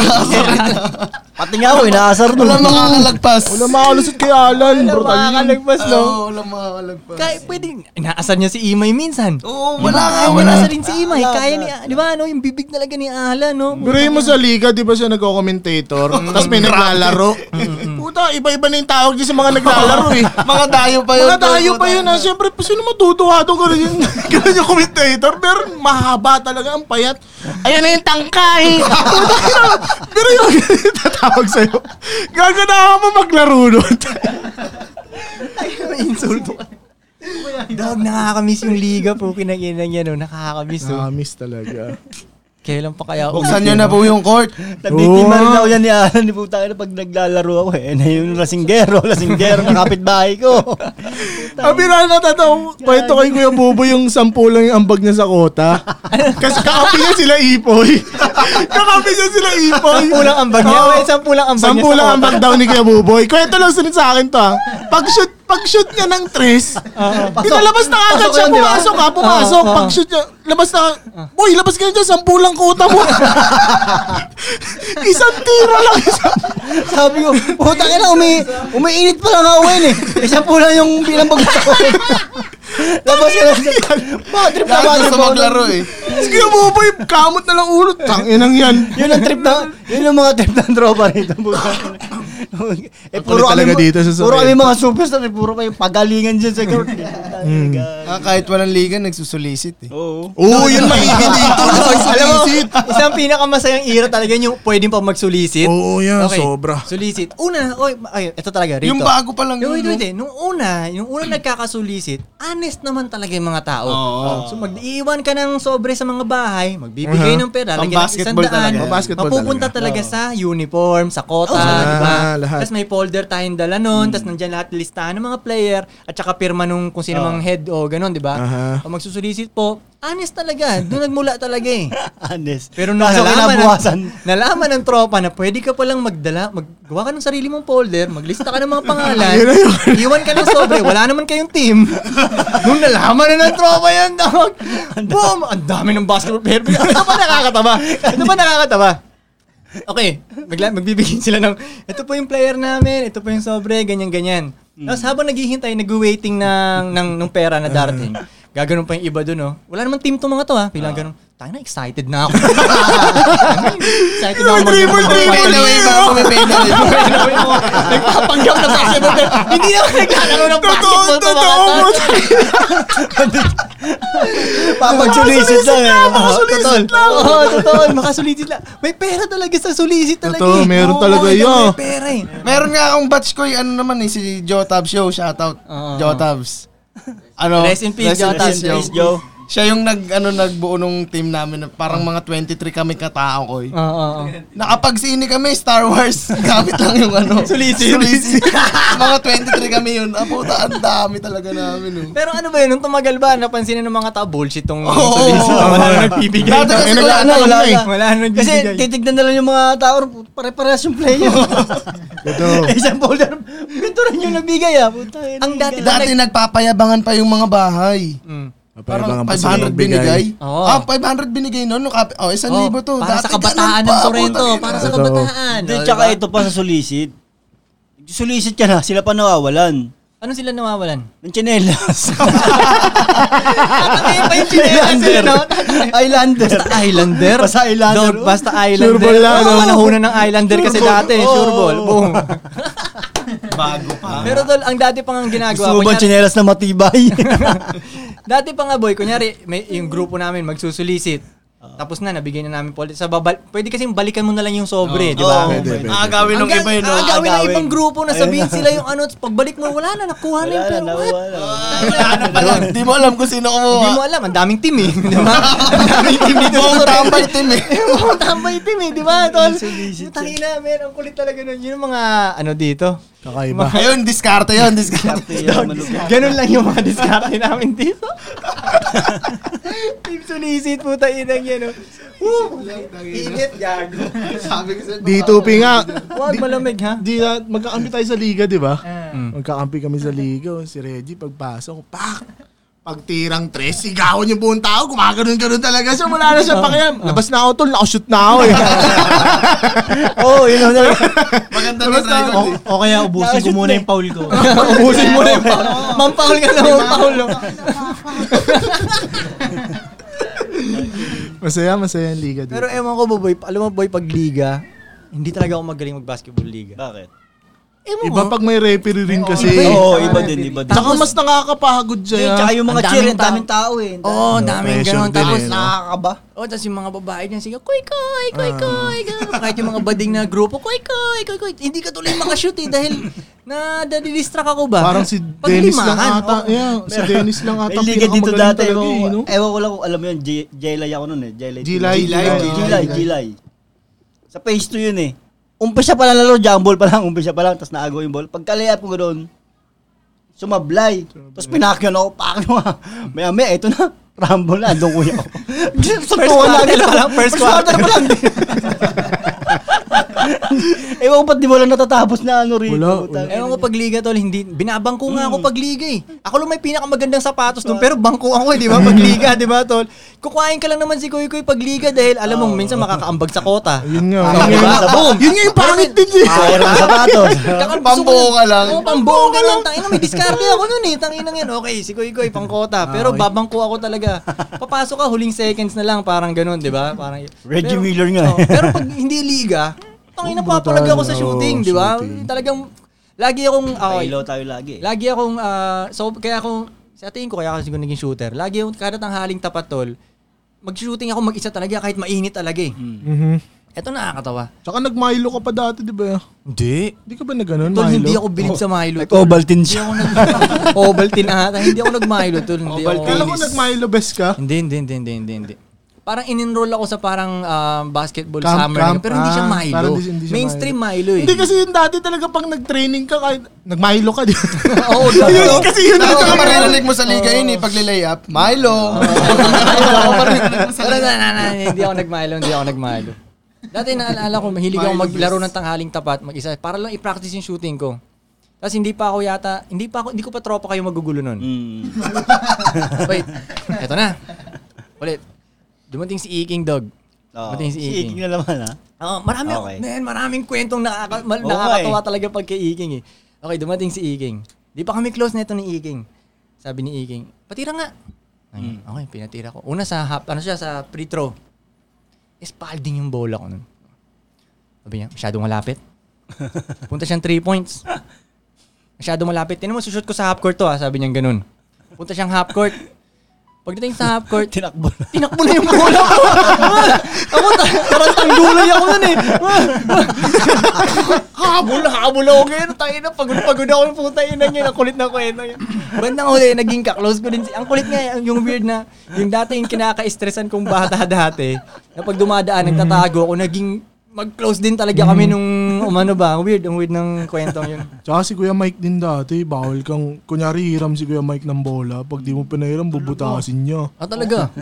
Pati nga ako, inaasar nun. Walang makakalagpas. Wala makalusot kay Alan, brutal Ano yun. Nakakalagpas Oo, no. walang makakalagpas. Kaya pwede, inaasar niya si Imay minsan. Oo, wala nga, Kaya wala. inaasarin si Imay. Kaya ni, di ba ano, yung bibig talaga ni Alan no. Pero yung mo sa liga, di ba siya nagko-commentator? Tapos may naglalaro. Puta Puta, iba-iba na yung tawag niya sa mga naglalaro eh. Mga dayo pa yun. Mga tayo pa yun ah. Siyempre, sino matutuwa doon ganun yung, ganun yung commentator? Pero mahaba talaga ang payat. Ayan na yung tangkay. Puta, ina- Pero yung tatawag sa'yo, gaganahan mo maglaro doon. Insulto ka. Dog, nakakamiss yung liga po. Kinaginan niya, no? Nakakamiss, no? Nakamiss talaga. Kailan pa kaya Buksan nyo na po yung court. Nabiktima rin ako yan ni Alan. Ni puta na pag naglalaro ako eh. Na yung lasinggero, lasinggero na kapitbahay ko. Ang bira na tatawag, kwento kay Kuya Bobo yung sampu lang yung ambag niya sa kota. Kasi kakapi niya sila ipoy. kakapi niya sila ipoy. Sampu lang ambag niya. Oo. Wait, sampu lang ambag niya Sampu sa lang kota. ambag daw ni Kuya Buboy. Kwento lang sunod sa akin to ha. Pag shoot, pag shoot niya ng tres, pinalabas na agad siya, pumasok ha, pumasok. Oo, Pag shoot niya, labas na, boy, labas ka na dyan, sampu lang kota mo. Isang tira lang. Isang Sabi ko, puta ka na, umi, umiinit pa lang ako yun eh. Isang pula yung binambag ko. Tapos ka lang. Bad trip na, bad Lalo trip sa ako maglaro nun. eh. Si Kuya Buboy, kamot na lang ulo. Tanginang yan. Yun ang trip na, yun ang mga trip ng tropa rito. puta ka na. eh, puro talaga kami, dito sa puro kami Soel. mga superstar, eh, puro pa yung pagalingan dyan sa court. Ah, kahit walang liga, nagsusulisit eh. Oh. Oo. Oo, yun maigi dito. Alam mo, isang pinakamasayang era talaga yung pwedeng pa magsulisit. Oo, yan, sobra. Sulisit. Una, oy, ay, ito talaga, rito. Yung bago pa lang Yung wait, yun. wait, eh. Nung una, yung una nagkakasulisit, honest naman talaga yung mga tao. Oh, So, mag-iiwan ka ng sobre sa mga bahay, magbibigay ng pera, Ang lagyan ng isang basketball daan, talaga. Ang Mhm. basketball mapupunta talaga, sa uniform, sa kota, Ah, di ba? lahat. Mm. Tapos may folder tayong dala nun, tapos nandyan lahat listahan ng mga player, at saka pirma nung kung sino mang head o ganun, di ba? Aha. Pag magsusulisit po, honest talaga. Doon nagmula talaga eh. Honest. Pero nung Kaso nalaman, kinabukasan, ng, nalaman ng tropa na pwede ka palang magdala, maggawa ka ng sarili mong folder, maglista ka ng mga pangalan, Yun na yun. iwan ka ng sobre, wala naman kayong team. nung nalaman na ng tropa yan, dog, boom, ang dami ng basketball player. Ano ba nakakataba? Ano ba nakakataba? Okay, magla- magbibigay sila ng, ito po yung player namin, ito po yung sobre, ganyan-ganyan. Mm. Tapos habang naghihintay, nag-waiting ng, ng, ng pera na darating. Gaganon pa yung iba doon, oh. Wala naman team tong mga to, ha. Pila Ah. ganun. Tayo na, excited na ako. Ano excited na ako. mag- Dribble, Pay dribble. na way bago may pay na way. Nagpapanggap na basketball. player. Hindi naman naglalaro ng Totoo, basketball to mga totoo. to. puta. papagsulisit lang. eh. Makasulisit lang. Oo, totoo. Makasulisit lang. May pera talaga sa sulisit talaga. Totoo, eh. meron Oo, talaga may yun. pera eh. Meron nga akong batch ko eh, ano naman eh, si Joe Tabs. Yo, shoutout. Oo. Joe Tabs. Ano? Uh-huh. Rest in peace, Joe Tabs. peace, Rest in peace, Joe. Siya yung nag, ano, nagbuo nung team namin. na Parang mga 23 kami katao ko eh. Oo, oo, oo. Nakapagsini kami, Star Wars. Gamit lang yung ano. Sulisin. Sulisin. mga 23 kami yun. Ah, puta, ang dami talaga namin. Oh. Pero ano ba yun, nung tumagal ba, napansin na ng mga tao, bullshit tong Oo, oo, sulisit. oo. Wala na nagbibigay. Dati kasi Eh, wala naglaan na, na, wala eh. na. Wala na Kasi nagbibigay. titignan na lang yung mga tao, pare-parehas yung player. Totoo. Eh, Isang folder, ganito rin yung nabigay ah. Puta, yun, Ang dati ganun. Dati nagpapayabangan pa yung mga bahay. Mm. Parang 500 Parang binigay. Oo. Ah, 500 binigay noon. Nung kapi- oh, 1,000 Oh, to. para sa Dati kabataan ng ganun pa, Torrento. putang ina. Para sa Totoo. kabataan. Hindi, Oh, tsaka diba? ito pa sa sulisit. Sulisit ka na, sila pa nawawalan. Ano sila nawawalan? Ng tsinelas. Tatangay pa yung chinelas Islander. sila, no? Islander. Basta Islander. Basta Islander. Dog, basta Islander. Sure ball lang, Oo, no? Panahon na ng Islander kasi Sure ball. dati. Oo. Sure ball. Boom. Bago pa. Pero tol, ang dati pang ang Gusto ginagawa. mo ba kunyari- tsinelas na matibay? Dati pa nga boy, kunyari, may, yung grupo namin magsusulisit. Tapos na, nabigay na namin po. Sa babal, pwede kasi balikan mo na lang yung sobre, di ba? Oo, Pwede, pwede. Aagawin ng iba yun. no? Ang gagawin ng Agawin. ibang grupo na sabihin sila yung ano, pagbalik mo, wala na, nakuha na yung pera. What? Ano pa lang. Di mo alam kung sino Hindi mo kumuha. alam, ang daming team eh. Di ba? Ang daming team dito. Buong sa- tambay team eh. Buong tambay team eh, di ba? Tol, tangin na, men, ang kulit talaga nun. Yun yung mga, ano dito. Kakaiba. Ayun, diskarte yun. Diskarte. Ganun lang yung mga diskarte namin dito. team sulisit, puta inang yan. oh. Woo! Init, gago. D2P nga. Huwag malamig, ha? Di na, magkakampi tayo sa liga, di ba? Mm. Magkakampi kami sa liga. Si Reggie, pagpasok, pak! Pagtirang tres, sigawan yung buong tao. Gumaganon-ganon talaga siya. Wala na siya pakialam. Labas na ako, tol. Nakashoot na ako eh. Oh, Oo, yun ang talaga. Maganda na record O, eh. o kaya ubusin ko muna yung foul ko. Ubusin mo na yung pa- Mampahol ka na, oh. mampahol. no? masaya, masaya yung liga. Pero Pero, ewan ko, boy, alam mo, boy, pag liga, hindi talaga ako magaling mag-basketball liga. Bakit? Ewan Iba ko. pag may referee rin kasi. Oo, iba din, iba din. Tsaka mas nakakapagod Yun, siya. tsaka yung mga Ang cheer, daming ang daming tao eh. Ang Oo, oh, daming pressure ganun. din Tapos eh, no? nakakaba. Oo, oh, tapos yung mga babae dyan, sige, koy, koy, koy, Ah. koy. ganun. Kahit yung mga bading na grupo, koy, koy, koy, koy. Hindi ka tuloy makashoot eh dahil na nadidistract ako ba? Parang si Pag ano? oh. Dennis limahan, lang ata. oo. Yeah, si Dennis lang ata. May liga dito pinakamagaling dati. oh. talaga Ewan eh, no? ko- ewan ko lang kung alam mo yun. J- Jelay ako nun eh. Jelay. Jilay, Jilay. Jilay, Jilay. Jilay. Sa phase 2 yun eh. Umpisa pa lang lalo, jumble pa lang, umpisa pa lang, tapos naago yung ball. Pagka layup ko doon, sumablay. Tapos pinakyan ako, pakyo nga. Maya maya, eto na. Rumble na, andong kuya ko. Sa tuwa na agad ako. First quarter pa lang. Ewan ko ba't di wala natatapos na ano rin. Wala, Putang Ewan ko pag liga tol, hindi, binabangko nga Mm. ako pag liga eh. Ako lang may pinakamagandang sapatos Ah. doon, pero bangko ako eh, di ba? Pag liga, di ba tol? Kukuhain ka lang naman si Kuy Kuy pag liga dahil alam mo, minsan makakaambag sa kota. Yun Ah. Ah, nga. di ba? Boom! Yun nga yung pangit din eh. Ayaw ng sapatos. Takal, Pambuo ka lang. Oo, pambuo ka lang. Tangina, may diskarte ako nun eh. Tangina yan. Okay, si Koy Koy, pangkota. Pero babangko ako talaga. Papasok ka, huling seconds na lang. Parang ganun, di ba? Parang, Reggie Pero- Miller nga. Oo, pero pag hindi liga, tangina, papalag ako sa shooting, di ba? Talagang, lagi akong, ah, okay, Pailo tayo lagi. Lagi akong, ah, so, kaya akong, sa tingin ko, kaya ako siguro naging shooter. Lagi akong, kada tanghaling tapat tol, mag-shooting ako mag-isa talaga kahit mainit talaga eh. Mhm. Ito nakakatawa. Tsaka nag-Milo ka pa dati, di ba? Hindi. Hindi ka ba na ganun, Tol, Milo? hindi ako bilib sa Milo. tol. Nag-obaltin Hindi siya. ako nag Ovaltine ata. Hindi ako nag-Milo tol. Hindi ako. Oh. Kala ko nag-Milo best ka. Hindi, hindi, hindi, hindi, hindi, hindi. Parang in-enroll ako sa parang ah, basketball Camp, summer. camp, pero hindi siya ah, Milo. parang hindi- hindi siya Mainstream Milo, eh. Hindi kasi yung dati talaga pang nag-training ka kahit nag-Milo ka. di ba? Oo, dati, Yun oh. kasi yun Ito ang ka maririnig mo sa liga yun eh, pag lilayap, Milo. Ito ka maririnig mo sa Pero na, na, na, hindi ako nagmilo, hindi ako nagmilo. Dati naalala ko, mahilig ako maglaro ng tanghaling tapat mag-isa para lang i-practice yung shooting ko. Tapos hindi pa ako yata, hindi pa ako, hindi ko pa tropa kayo magugulo nun. Hmm. Wait, eto na. Ulit. Dumating si Iking Dog. Dumating si Iking. Iking na naman ha. Oh, marami Okay. man, maraming kwentong nakaka- ma- Oo nga nakakatawa eh. talaga pag kay Iking eh. Okay, dumating si Iking. Di pa kami close nito ni Iking. Sabi ni Iking, patira nga. Ay, Hmm. Okay, pinatira ko. Una sa half, ano siya, sa free throw. Espalding yung bola ko nun. Sabi niya, masyadong malapit. Punta siyang three points. Masyadong malapit. Tinan mo, sushoot ko sa half court to ah. Sabi niya ganun. Punta siyang half court. Pagdating sa half court, Tinakbo na. Tinakbo na yung bola ko. ako, ta- tarantang gulay ako nun eh. habol, habol ako ngayon. Tayo na, pagod-pagod ako yung puta ina niya. Ang kulit na kwento niya. Bandang huli, naging kaklose ko din. si- Ang kulit nga, yung weird na, yung dati yung kinaka-stressan kong bata dati, na pag dumadaan, nagtatago ako, naging mag-close din talaga kami nung umano ba. Ang Weird, ang weird ng kwentong yun. Tsaka si Kuya Mike din dati, bawal kang, kunyari hiram si Kuya Mike ng bola. Pag di mo pinahiram, bubutasin niya. Ah, talaga?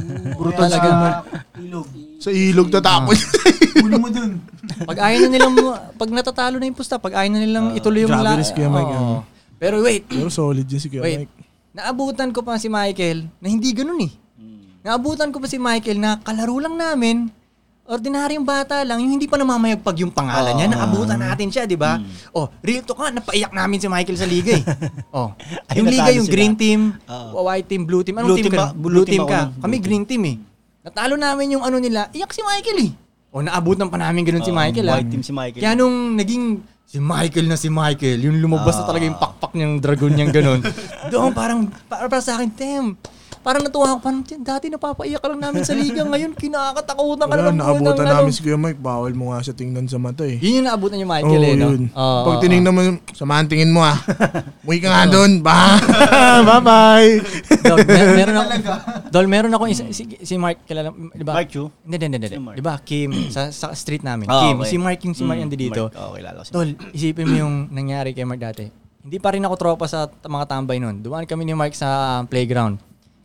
lah, Brutal si Kuya Mike. Ilog. Sa ilog tatapon niya. Ulo mo dun. pag ayaw na nilang, pag natatalo na yung pusta, pag ayaw na nilang ituloy yung Ah, la- grabe rin si Kuya Mike, Oo. ah. Pero wait, Pero solid yun si Kuya Wait. Mike. Naabutan ko pa si Michael na hindi ganun eh. Hmm. Naabutan ko pa si Michael na kalaro lang namin, ordinaryong bata lang, yung hindi pa namamayagpag yung pangalan Ah. niya, naabutan natin siya, di ba? Hmm. Oh, real to ka, napaiyak namin si Michael sa liga eh. oh, Ay, yung liga, natalo yung sila. green team, Oo. white team, blue team, anong Ah. Blue team, team ka? ba- Blue, team, ako ka. nun. Kami Blue green team eh. Natalo namin yung ano nila, iyak si Michael eh. Oh, naabutan pa namin ganun si Oo, Michael ah. white team si Michael. Kaya nung naging si Michael na si Michael, yung lumabas na talaga yung pakpak niyang dragon niyang ganun. Doon parang para, para sa akin, damn. Parang natuwa ako, parang "Tiyan, dati napapaiyak ka lang namin sa liga, ngayon kinakatakutan ka na Wala, ng naabutan ng- ano." namin si Kuya Mike. Bawal mo nga siya tingnan sa mata eh. Yun yung naabutan niyo Michael eh, no? Oo, Oh, Pag oo, tinignan mo, samahan tingin mo ah. Muwi ka nga doon. Ba? Bye-bye. oo. Dol, mer- meron ako, Dol, meron ako isa, si, si Mark, kilala, mo, di ba? Mark Chu? Hindi, hindi, hindi. Sino Mark? hindi. Di ba, Kim, sa, sa street namin. Ah, Kim, okay. si Mark yung si Mark yung dito. Mark, oh, kilala ko siya. Tol, isipin mo yung nangyari kay Mark dati. Hindi pa rin ako tropa sa t- mga tambay noon. Dumaan kami ni Mark sa ah, playground.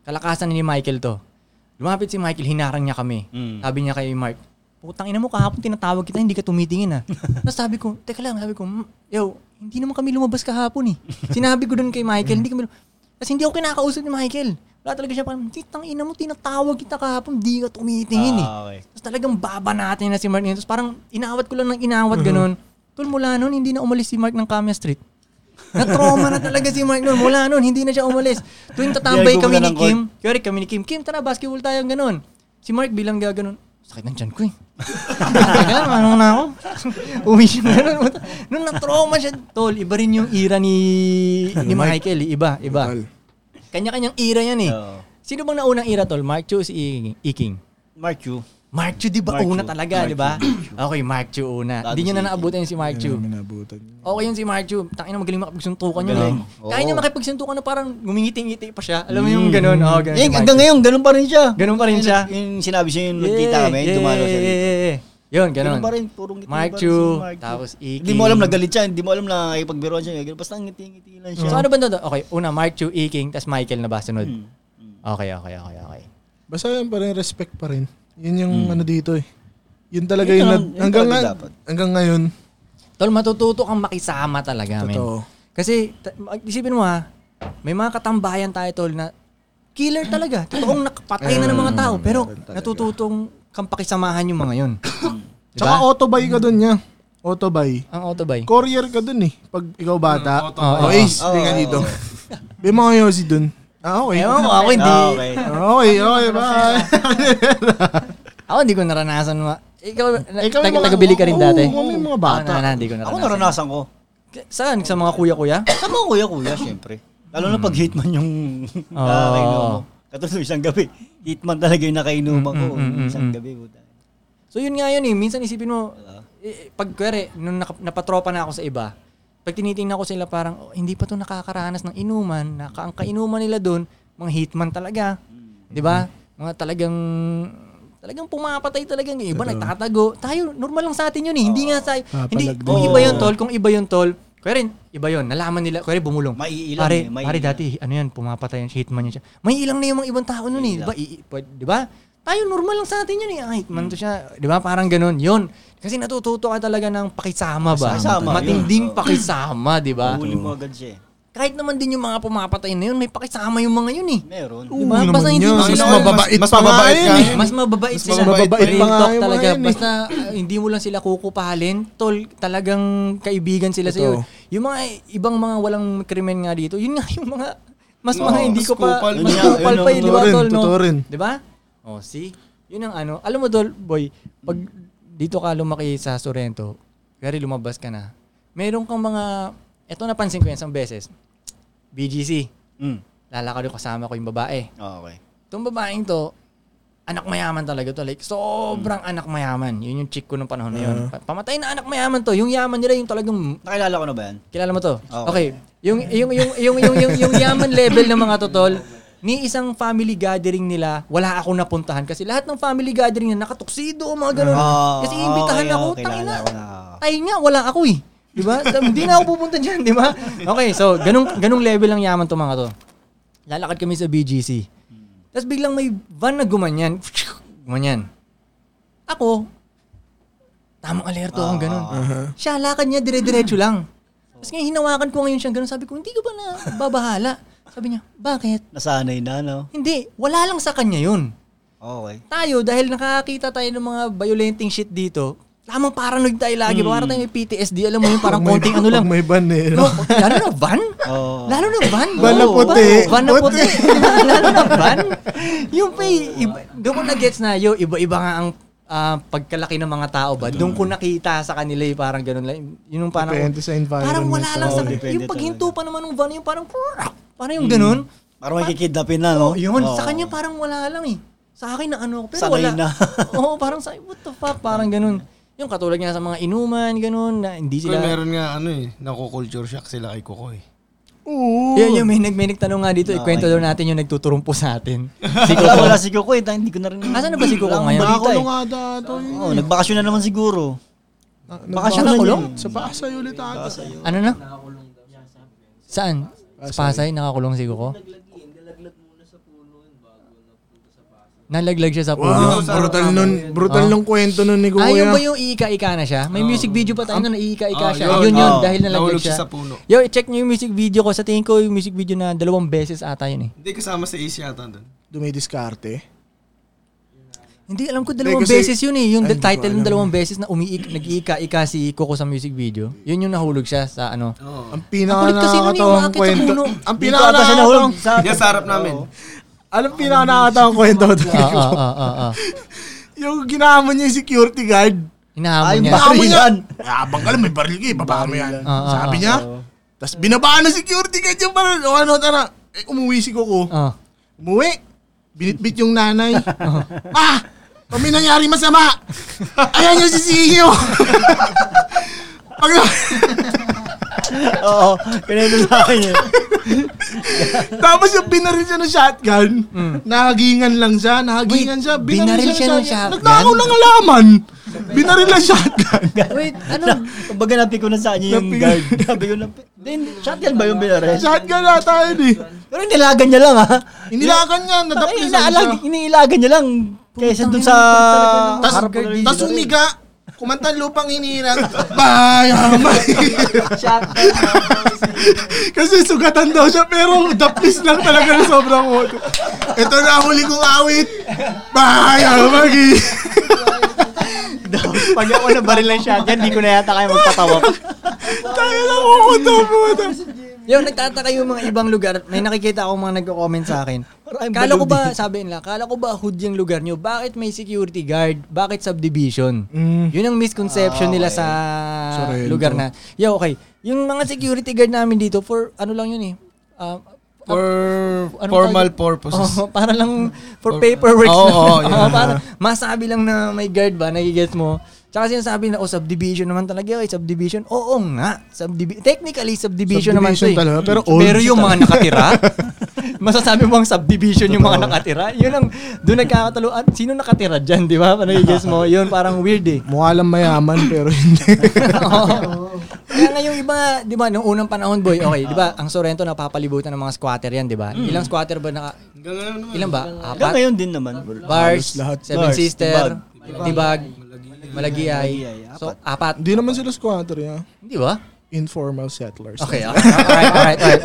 Kalakasan ni Michael to. Lumapit si Michael, hinarang niya kami. Mm. Sabi niya kay Mark, putang ina mo, kahapon tinatawag kita, hindi ka tumitingin ah. Tapos sabi ko, teka lang, sabi ko, "Mm, yo, hindi naman kami lumabas kahapon eh. Sinabi ko doon kay Michael, hindi kami Kasi hindi ako kinakausap ni Michael. Wala talaga siya parang, titang ina mo, tinatawag kita kahapon, di ka tumitingin eh. Ah, okay. Tapos talagang baba natin na si Mark ngayon. Tapos parang inawat ko lang ng inawat Mhm. ganun. Tol, mula noon, hindi na umalis si Mark ng Kamiya Street. Na-trauma na talaga si Mark noon. Mula noon, hindi na siya umalis. Tuwing tatambay Biyay ko kami muna ni ng Kim, kaya kami ni Kim, Kim, tara, basketball tayo, ganun. Si Mark bilang gano'n. sakit ng tiyan ko eh. Teka, ano na ako? Uwi siya ganun. Nung na-trauma siya, tol, iba rin yung ira ni, ni Michael. eh. Iba, iba. Tol. Kanya-kanyang ira yan eh. Oo. Sino bang naunang ira, tol? Mark Chu o si E, I- Iking? Mark you. Mark Chu, di ba? Mark Una Chu. talaga, Mark di ba? Chu. Okay, Mark Chu una. Tapos Hindi niya si Mm. na naabutan yun si Mark Chu. Minabutan niya. Okay yun si Mark Chu. Tangin na magaling makapagsuntukan yun. Galing. Eh. Kaya niya Oo. makipagsuntukan na parang gumingiting-ngiti pa siya. Alam mo yung ganun. Oo, ganun. Eh, si Mark hanggang Chu. ngayon, ganun pa rin siya. Ganun pa rin siya. Yung sinabi siya yung nagkita kami, dumalo siya yeah, dito. yeah, yeah. Yun, ganun. Ganun pa rin, purong ngiti Mark pa rin Chu, si Mark Chu. tapos E Iki. Hindi mo alam nagalit siya, hindi mo alam na ipagbiruan siya. ganun. Basta ngiti-ngiti lang siya. So ano ba ito? Okay, una Mark Chu, Iking, tapos Michael na ba sunod? Hmm. Okay, okay, okay, okay. Basta yun pa rin, respect pa rin. Yun yung Hmm. ano dito eh. Yun talaga Yun yung, ang- nat- yun hanggang, talaga nga- dapat. hanggang ngayon. Tol, matututo kang makisama talaga, men. Totoo. Kasi, ta- mag- isipin mo ha, may mga katambayan tayo, tol, na killer talaga. Totoong nakapatay na ng Mm, mga tao, pero natututong kang pakisamahan yung mga yun. Tsaka diba? autobay ka dun niya. Autobay. Ang autobay. Courier ka dun eh. Pag ikaw bata. Oo, oh, Hmm, oo. Ace, Oo, tingnan oo, dito. oo. May mga yosi dun. Ah, okay. Ewan ko, ako hindi. Ah, okay. Okay, okay, bye. Ako hindi ko naranasan. Ma- ikaw, na- Ikaw yung taga- mga- taga-bili ka rin oo, dati. oo, may mga bata. Ako na, na, hindi ko naranasan. Ako naranasan ko. K- Saan? Sa mga kuya-kuya? Sama ko kuya-kuya, syempre. Lalo na pag hitman yung Hmm. Oo. nakakainom mo. Katulad isang gabi, hitman talaga yung nakainuman ko. Mm, mm, mm, Isang mm. gabi, buta. So yun nga yun eh. Minsan isipin mo, Diba? eh, eh, pag kwere, nung naka- napatropa na ako sa iba, pag tinitingnan ko sila parang, "Oh, hindi pa to nakakaranas ng inuman, naka, ang kainuman nila doon, mga hitman talaga. Mm. Di ba? Mga talagang, talagang pumapatay talagang yung iba, nagtatago. Tayo, normal lang sa atin yun eh. Hindi nga sa, hindi, Papalag kung din. iba yun Oo. tol, kung iba yun tol, Kuya rin, iba yun. Nalaman nila, kuya rin bumulong. Maiilang pare, eh, maiilang. pare dati, ano yan, pumapatay yan, hitman yan siya. May ilang na yung mga ibang tao nun eh. Di ba? I- i- pwede- di ba? Tayo normal lang sa atin yun eh. Ah, hitman to siya. Di ba? Parang ganun. Yun. Kasi natututo ka talaga ng pakisama ba? Pakisama, Matinding yun. Oo. pakisama, di ba? Huli mo agad siya eh. Kahit naman din yung mga pumapatay na yun, may pakisama yung mga yun eh. Meron. Di ba? Yun Basta naman hindi yun. mo Mas sila- mababait mas pa nga mababait yun ka. eh. mas mababait Mas sila. mababait Real pa nga talk yung mga talaga. yun eh. Basta uh, hindi mo lang sila kukupahalin. Tol, talagang kaibigan sila sa iyo. Totoo. Yung mga eh, ibang mga walang krimen nga dito, yun nga yung mga mas Oo, mga hindi mas ko pa kupal. mas Yun nga, kupal yun pa ang yun, di ba totoo tol, rin, no? totoo rin. Di ba? Oh, see? Yun ang ano. Alam mo tol, boy, pag dito ka lumaki sa Sorrento, kaya lumabas ka na. Meron kang mga eto napansin ko yan isang beses. BGC. Mm. Ah, Lalakad ko kasama ko yung babae Okay. itong babaeng to, anak mayaman talaga to. Like, sobrang Mm. anak mayaman. Yun yung chick ko nung panahon na yun. Pa- Pamatay na anak mayaman to. Yung yaman nila, yung talagang, Nakilala ko na ba yan? kilala mo to? Okay. Okay. Yung, yung, yung, yung, yung, yung, yung yaman level ng mga totol, ni isang family gathering nila, wala ako napuntahan. Kasi lahat ng family gathering na nakatuksido, mga ganun. Oo, Kasi imbitahan Mm. Ah, okay, ako, okay, tangina. naalala ko na. Ay nga, wala ako eh. Di ba? So, Hindi na ako pupunta dyan, di ba? Okay, so, ganung, ganung level ang yaman to mga to. Lalakad kami sa BGC. Tapos biglang may van na gumanyan. Gumanyan. Ako, tamang alerto akong ganun. Siya, lakad niya, dire-diretso lang. Tapos ngayon, hinawakan ko ngayon siya ganun. Sabi ko, hindi ka ba na babahala? Sabi niya, bakit? Nasanay na, no? Hindi, wala lang sa kanya yun. Okay. Tayo, dahil nakakita tayo ng mga violenting shit dito, lamang paranoid tayo lagi. Parang tayo may PTSD. Alam mo yun, parang konting ano lang. Hmm. Pag may banero. No, lalo na van? Oo. Lalo na van? Van na Oo, puti. Van na Puti. puti. lalo na van? Yung pay, iba, doon ko na-gets na, yo, iba-iba nga ang ah, pagkalaki ng mga tao ba? Doon ko nakita sa kanila eh, parang ganun lang. Yun yung parang, Depende sa environment. Oh, parang wala lang sa Oo, kanila. depende Yung paghinto pa naman ng van, yung parang, parang yung ganun. Parang may kikidnapin na, Oh, no? Yun, Ano? Oo. sa kanya parang wala lang eh. Sa akin na ano, pero Sanay wala. na. Oo, parang sa what the fuck, parang ganun. Yung katulad nga sa mga inuman, ganun, na hindi Sila. sila... meron nga ano eh, nakukulture shock sila kay Kukoy. Oo. Yun, yung may, nag, may nagtanong nga dito, ikwento daw natin yung nagtuturumpo sa atin. Wala, wala si Kuko eh. Tang- Hindi ko na rin. Asan na ba si Kuko Wala akong ngayon? balita eh. Nakakulong nga dato. eh. Oh, nagbakasyon na naman siguro. Na- Baka siya nagbakasyon nakulong? yun. Sa Pasay ulit ata. Ano na? Saan? Ah, Sa Pasay, nakakulong si Kuko? Nalaglag siya sa puno. Wow, brutal nun. Ah. Brutal nung kwento nun ni Kuya. Ah, yun ba yung iika-ika na siya? May music video pa tayo na iika-ika Ah, siya. Yun yun. yun, Ah, dahil nalaglag Nahulog siya. siya sa puno. Yo, check niyo yung music video ko. Sa tingin ko, yung music video na dalawang beses ata yun eh. Hindi kasama si Ace yata doon. Dumidiskarte. Hindi, alam ko dalawang Hindi, kasi- beses yun eh. Yung Ay, the hindi ko title ng alam. dalawang beses na umiik, nag-iika-ika si Coco sa music video. Yun yung nahulog siya sa ano. Ang kulit kasi nun Ang eh, pinaka-nakakatawang umaakit sa kwento. puno. Ang Dito ata siya pinaka-nakakatawang... nahulog. Sa... Yan sa harap namin. Alam, pinaka-nakakatawang kwento. Ah, ah, ah, ah, ah. yung ginahamon niya yung security guard. Hinahamon Ay, niya. bakit? Baka mo Baril yan. yan. Abang ka lang, may baril ka eh. Baba mo yan. Ah, ah, Sabi ah, niya. Tapos binabaan ng security guard yung baril. O ano, tara. Eh, umuwi si Coco. Oh. Umuwi. Binitbit yung nanay. ah! Kami nangyari masama! Ayan yung sisiyo! Pag Oo, kanina sa akin yun. Tapos yung binaril siya ng shotgun, nahagingan lang siya, nahagingan Mm. Wait, siya. binaril siya ng shotgun? Nagtakaw ng alaman. Binaril ng shotgun. Wait, ano? Kumbaga napi ko na sa kanya yung Napi- guard. Sabi ko napi. Then, shotgun ba yung binarel? shotgun na tayo eh. Pero inilagan niya lang ha. Inilakan niya, Ay, nadaplisan siya. inaalag, iniilagan niya lang. Kaysa dun sa... Tas, Harap ko na yung tas binaril. umiga, kumanta lupang hinirang. Bayang may. Shotgun. Kasi sugatan daw siya, pero dapis lang talaga ng sobrang moto. Ito na ang huli kong awit. Bahaya magi. Pag ako nabaril ng shotgun, di ko na yata kaya magpatawa. Tayo na kukunta mo. Yung nagtataka yung mga ibang lugar, may nakikita ako mga nagko-comment sa akin. Maraming Kala ko ba, baludi. sabi nila, kala ko ba hood yung lugar nyo? Bakit may security guard? Bakit subdivision? Mm. Yun ang Ah, misconception nila sa Sorrento. lugar na. Yeah, okay. Yung mga security guard namin dito, for ano lang yun eh? Uh, For Anong formal tawag- Oh. purposes. Oo, para lang Oh, for paperwork. Oo, lang. oo, yun. Oo, para masabi lang na may guard ba, nagigets mo. Tsaka sinasabi na, oh, subdivision naman talaga, eh, subdivision. Oo nga, subdivision. Technically, subdivision, naman ito eh. talaga, pero old. Pero yung mga nakatira, masasabi mo ang subdivision yung mga nakatira. Yun ang, doon nagkakatalo. At sino nakatira dyan, di ba? Nagigets mo, yun parang weird eh. Mukha lang mayaman, pero hindi. Oo. Kaya nga yung iba, di ba, nung unang panahon, boy, okay, di ba, ang Sorrento napapalibutan ng mga squatter yan, di ba? Ilang squatter ba naka... Ilan ba? Hanggang Apat? ngayon din naman. Bars, Lahat. Seven Bars, Sister, Tibag, Malagiay. Malagiay, So, apat. Hindi naman sila squatter, ya. Di ba? Informal settlers. Okay, okay. Alright, alright, alright.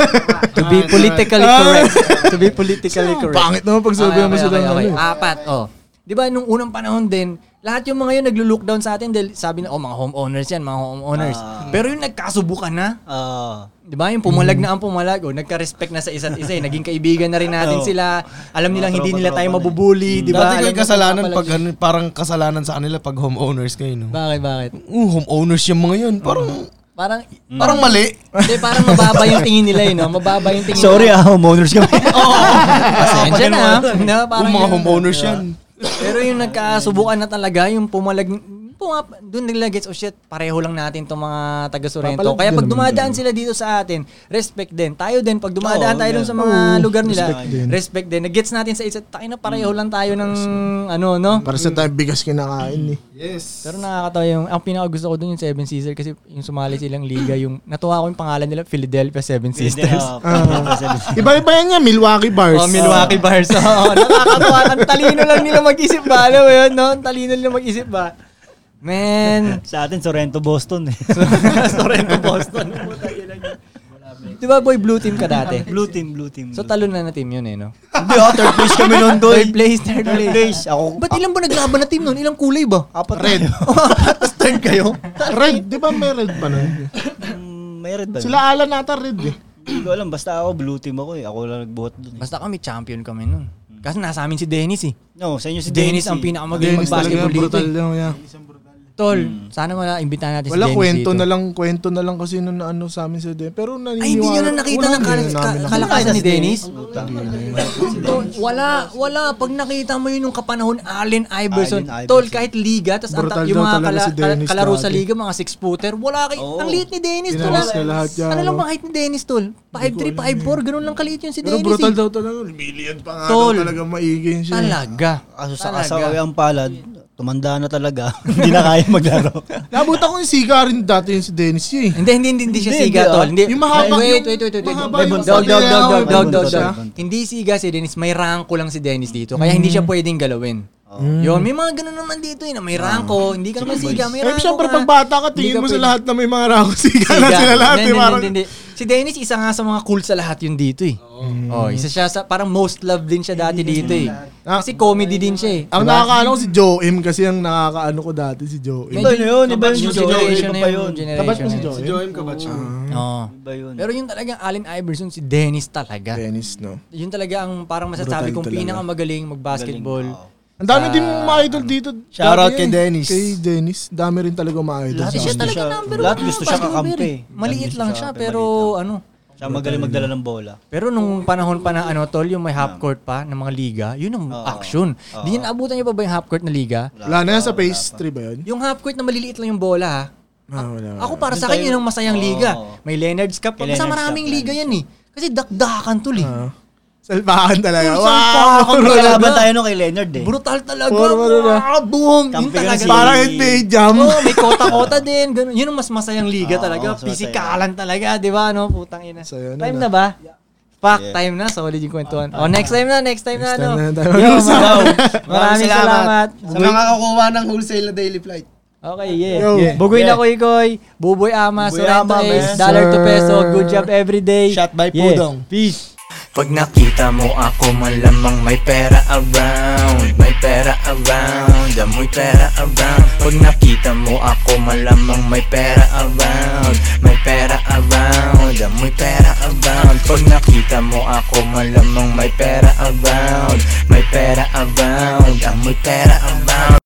To be politically correct. Ah. To be politically Ang correct. Pangit naman pag sabihan mo sila ng ano. eh. Apat, oh. Di ba, nung unang panahon din, lahat yung mga yun naglo-lookdown sa atin dahil sabi na, oh, mga homeowners yan, mga homeowners. Pero yung nagkasubukan na, Ah. Di ba? Yung pumalag na ang pumalag, o nagka-respect na sa isa't isa, eh. naging kaibigan na rin natin Oo. sila. Alam nilang hindi nila tayo Tropa-tropa na eh. mabubuli, di ba? Mm-hmm. Dati Alam ko nilang kasalanan papalag- pag ano, parang kasalanan sa kanila pag homeowners kayo, no? Bakit, bakit? Uh, homeowners yung mga yun. Parang, Parang, parang mali. hindi, parang mababa yung tingin nila, eh, no? Mababa yung tingin Sorry nila. ah, homeowners kami. Pasensya na. ah. No, Yung parang mga yun. homeowners yan. Pero yung nagkasubukan na talaga, yung pumalag, pumap, doon nila gets, oh shit, pareho lang natin itong mga taga Sorrento. Papalag Kaya din pag naman dumadaan sila dito sa atin, respect din. Tayo din, pag dumadaan Oo, tayo dun yeah. sa mga Oo, lugar nila, respect din. Mm. respect din. Nag-gets natin sa isa't, tayo na pareho lang tayo ng, ano, no? Para sa tayo bigas kinakain eh. Mm. Yes. Pero nakakatawa yung, ang pinaka gusto ko dun yung Seven Sisters kasi yung sumali silang liga, yung natuwa ko yung pangalan nila, Philadelphia Seven ah, Sisters. Iba-iba yan niya, Milwaukee Bars. Oh, Milwaukee Bars. Oo, nakakatawa. Ang talino lang nila mag-isip ba? Alam mo yun, no? Ang talino nila mag-isip ba? Man. sa atin, Sorrento, Boston. eh. Sorrento Boston. Di ba boy, blue team ka dati? blue team, blue team. So talo na na team yun eh, no? Hindi ah, third place kami noon doon. Third place, third Third place. place. Ako, Ba't ilang ba naglaban na team nun? Ilang kulay ba? apat Red. Tapos third kayo? Red, di ba may red pa nun? Mm, May red ba? yun? Sila Alan nata red eh. Hindi ko alam, basta ako, blue team ako eh. Ako lang nagbuhat doon eh. Basta kami, champion kami nun. Kasi nasa amin si Dennis eh. No, sa inyo Si si Dennis Dennis. ang eh. pinakamagaling mag-basketball dito. eh. lang yan. Tol, sana wala imbitahan natin Hmm. si Wala Dennis kwento dito. na lang, kwento na lang kasi nung ano sa amin sa din. Pero naniniwala. Ay, hindi nyo na nakita ng Wala, kal- hindi na namin ka- nakita. kalakasan ni Dennis? Puta. Tol, wala, wala. Pag nakita mo yun nung kapanahon, Allen Iverson. Allen Iverson. Tol, kahit liga, tas ang Brutal ta- yung daw mga talaga kala- si Dennis kalaro sa dati. liga, mga six-footer, wala kay... Oo. Ang liit ni Dennis, tol. Tinalas na lahat yan, Ano lang no? mga height ni Dennis, tol? 5'3", 5'4", ganun lang kaliit yun si eh. Pero Dennis. brutal eh. daw talaga. Million pa nga Tol. daw talaga maigin siya. eh. Talaga. Kaso sa Talaga. kasawi ang palad, tumanda na talaga. Hindi na kaya maglaro. Nabuta ko yung siga rin dati yung si Dennis eh. Hindi, hindi, hindi, hindi siya Hindi, siga, hindi, tol. ah. Hindi. Yung Wait, mahaba, yung wait, wait, wait. wait. mahaba Wait, dog, yung dog, dog, dog, dog, dog, Dog, dog. dog. Hindi siga si Dennis. May rangko lang si Dennis dito. Kaya Mm. hindi siya pwedeng galawin. Yun, may mga ganun naman dito eh. na May rangko. Hindi ka naman siga. May Mm. Eh, rangko siyempre ka. pag bata ka, Hindi tingin mo sa pwede- lahat na may mga rako siga na Siga. sila Hindi, lahat. eh, hindi, parang- hindi, hindi. Si Dennis, isa nga sa mga cool sa lahat yun dito eh. Mm. Oh, isa siya sa, parang most loved din siya dati dito eh. Ah. Kasi comedy din siya eh. Ang nakakaano ko si Joe M kasi ang nakakaano ko dati si Joe M. Iba na yun, iba Kabatch yun, mo si Generation iba na pa yun. yun. Generation Kabat mo na si yun. Joe M. Joem Kabatch. Oo. Iba yun. Pero yung talagang Allen Iverson, si Dennis talaga. Dennis, no? Yun talaga ang parang masasabi Brutal kong talaga. pinakamagaling mag-basketball. Galing, oo. Ang dami din mga Ah. idol dito. Shout out Dati kay yan eh. Dennis. Kay Dennis. Dami rin talaga mga idol. Lahat sa siya gusto amin. talaga siya- number lahat one gusto siya ng basketball kakampi. eh. Maliit Lahat lang gusto siya, siya kakampi, pero maliit ano. Siya magaling magdala ng bola. Pero nung panahon pa na ano, tol, yung may half court pa ng mga liga, yun ang Oo. action. Di yun, abutan niyo pa ba yung half court na liga? Wala na yan sa phase 3 ba yun? Yung half court na maliliit lang yung bola, ha? Ah, wala. wala. Ako para sa akin, yun ang masayang liga. May Leonard's Cup. pa. May Basta Leonard's maraming Cup, liga yan eh. Kasi dakdakan tol eh. Salbakan talaga. Tol, Wow! salbakan. Kung Talaga. kalaban tayo nung kay Leonard eh. Brutal talaga. Puro, puro na. Wow, boom! Yun Kampi ka talaga. si- Parang NBA jam. Oo, may kota-kota din. Ganun. Yun ang mas masayang liga Oo, talaga. mas masaya. Pisikalan talaga, di ba? No? Putang ina. So, yun na time na, na. ba? Fuck, Yeah. time na. Solid yung kwentuhan. Oh, next time na, next time na. Next Ano. time na tayo Yo, mag-usap. ma- Maraming salamat. Sa mga kakuha ng wholesale na daily flight. Okay, yeah. Yo. Yeah. Bugoy Yeah. na koy koy. Buboy ama, Buboy Sorrento ama, Ace, man. dollar to Sir. peso. Good job every day. Shot by Yeah. Pudong. Peace. Pag nakita mo ako malamang may pera around May pera around, amoy pera around Pag nakita mo ako malamang may pera around May pera around, amoy pera around Pag nakita mo ako malamang may pera around May pera around, amoy pera around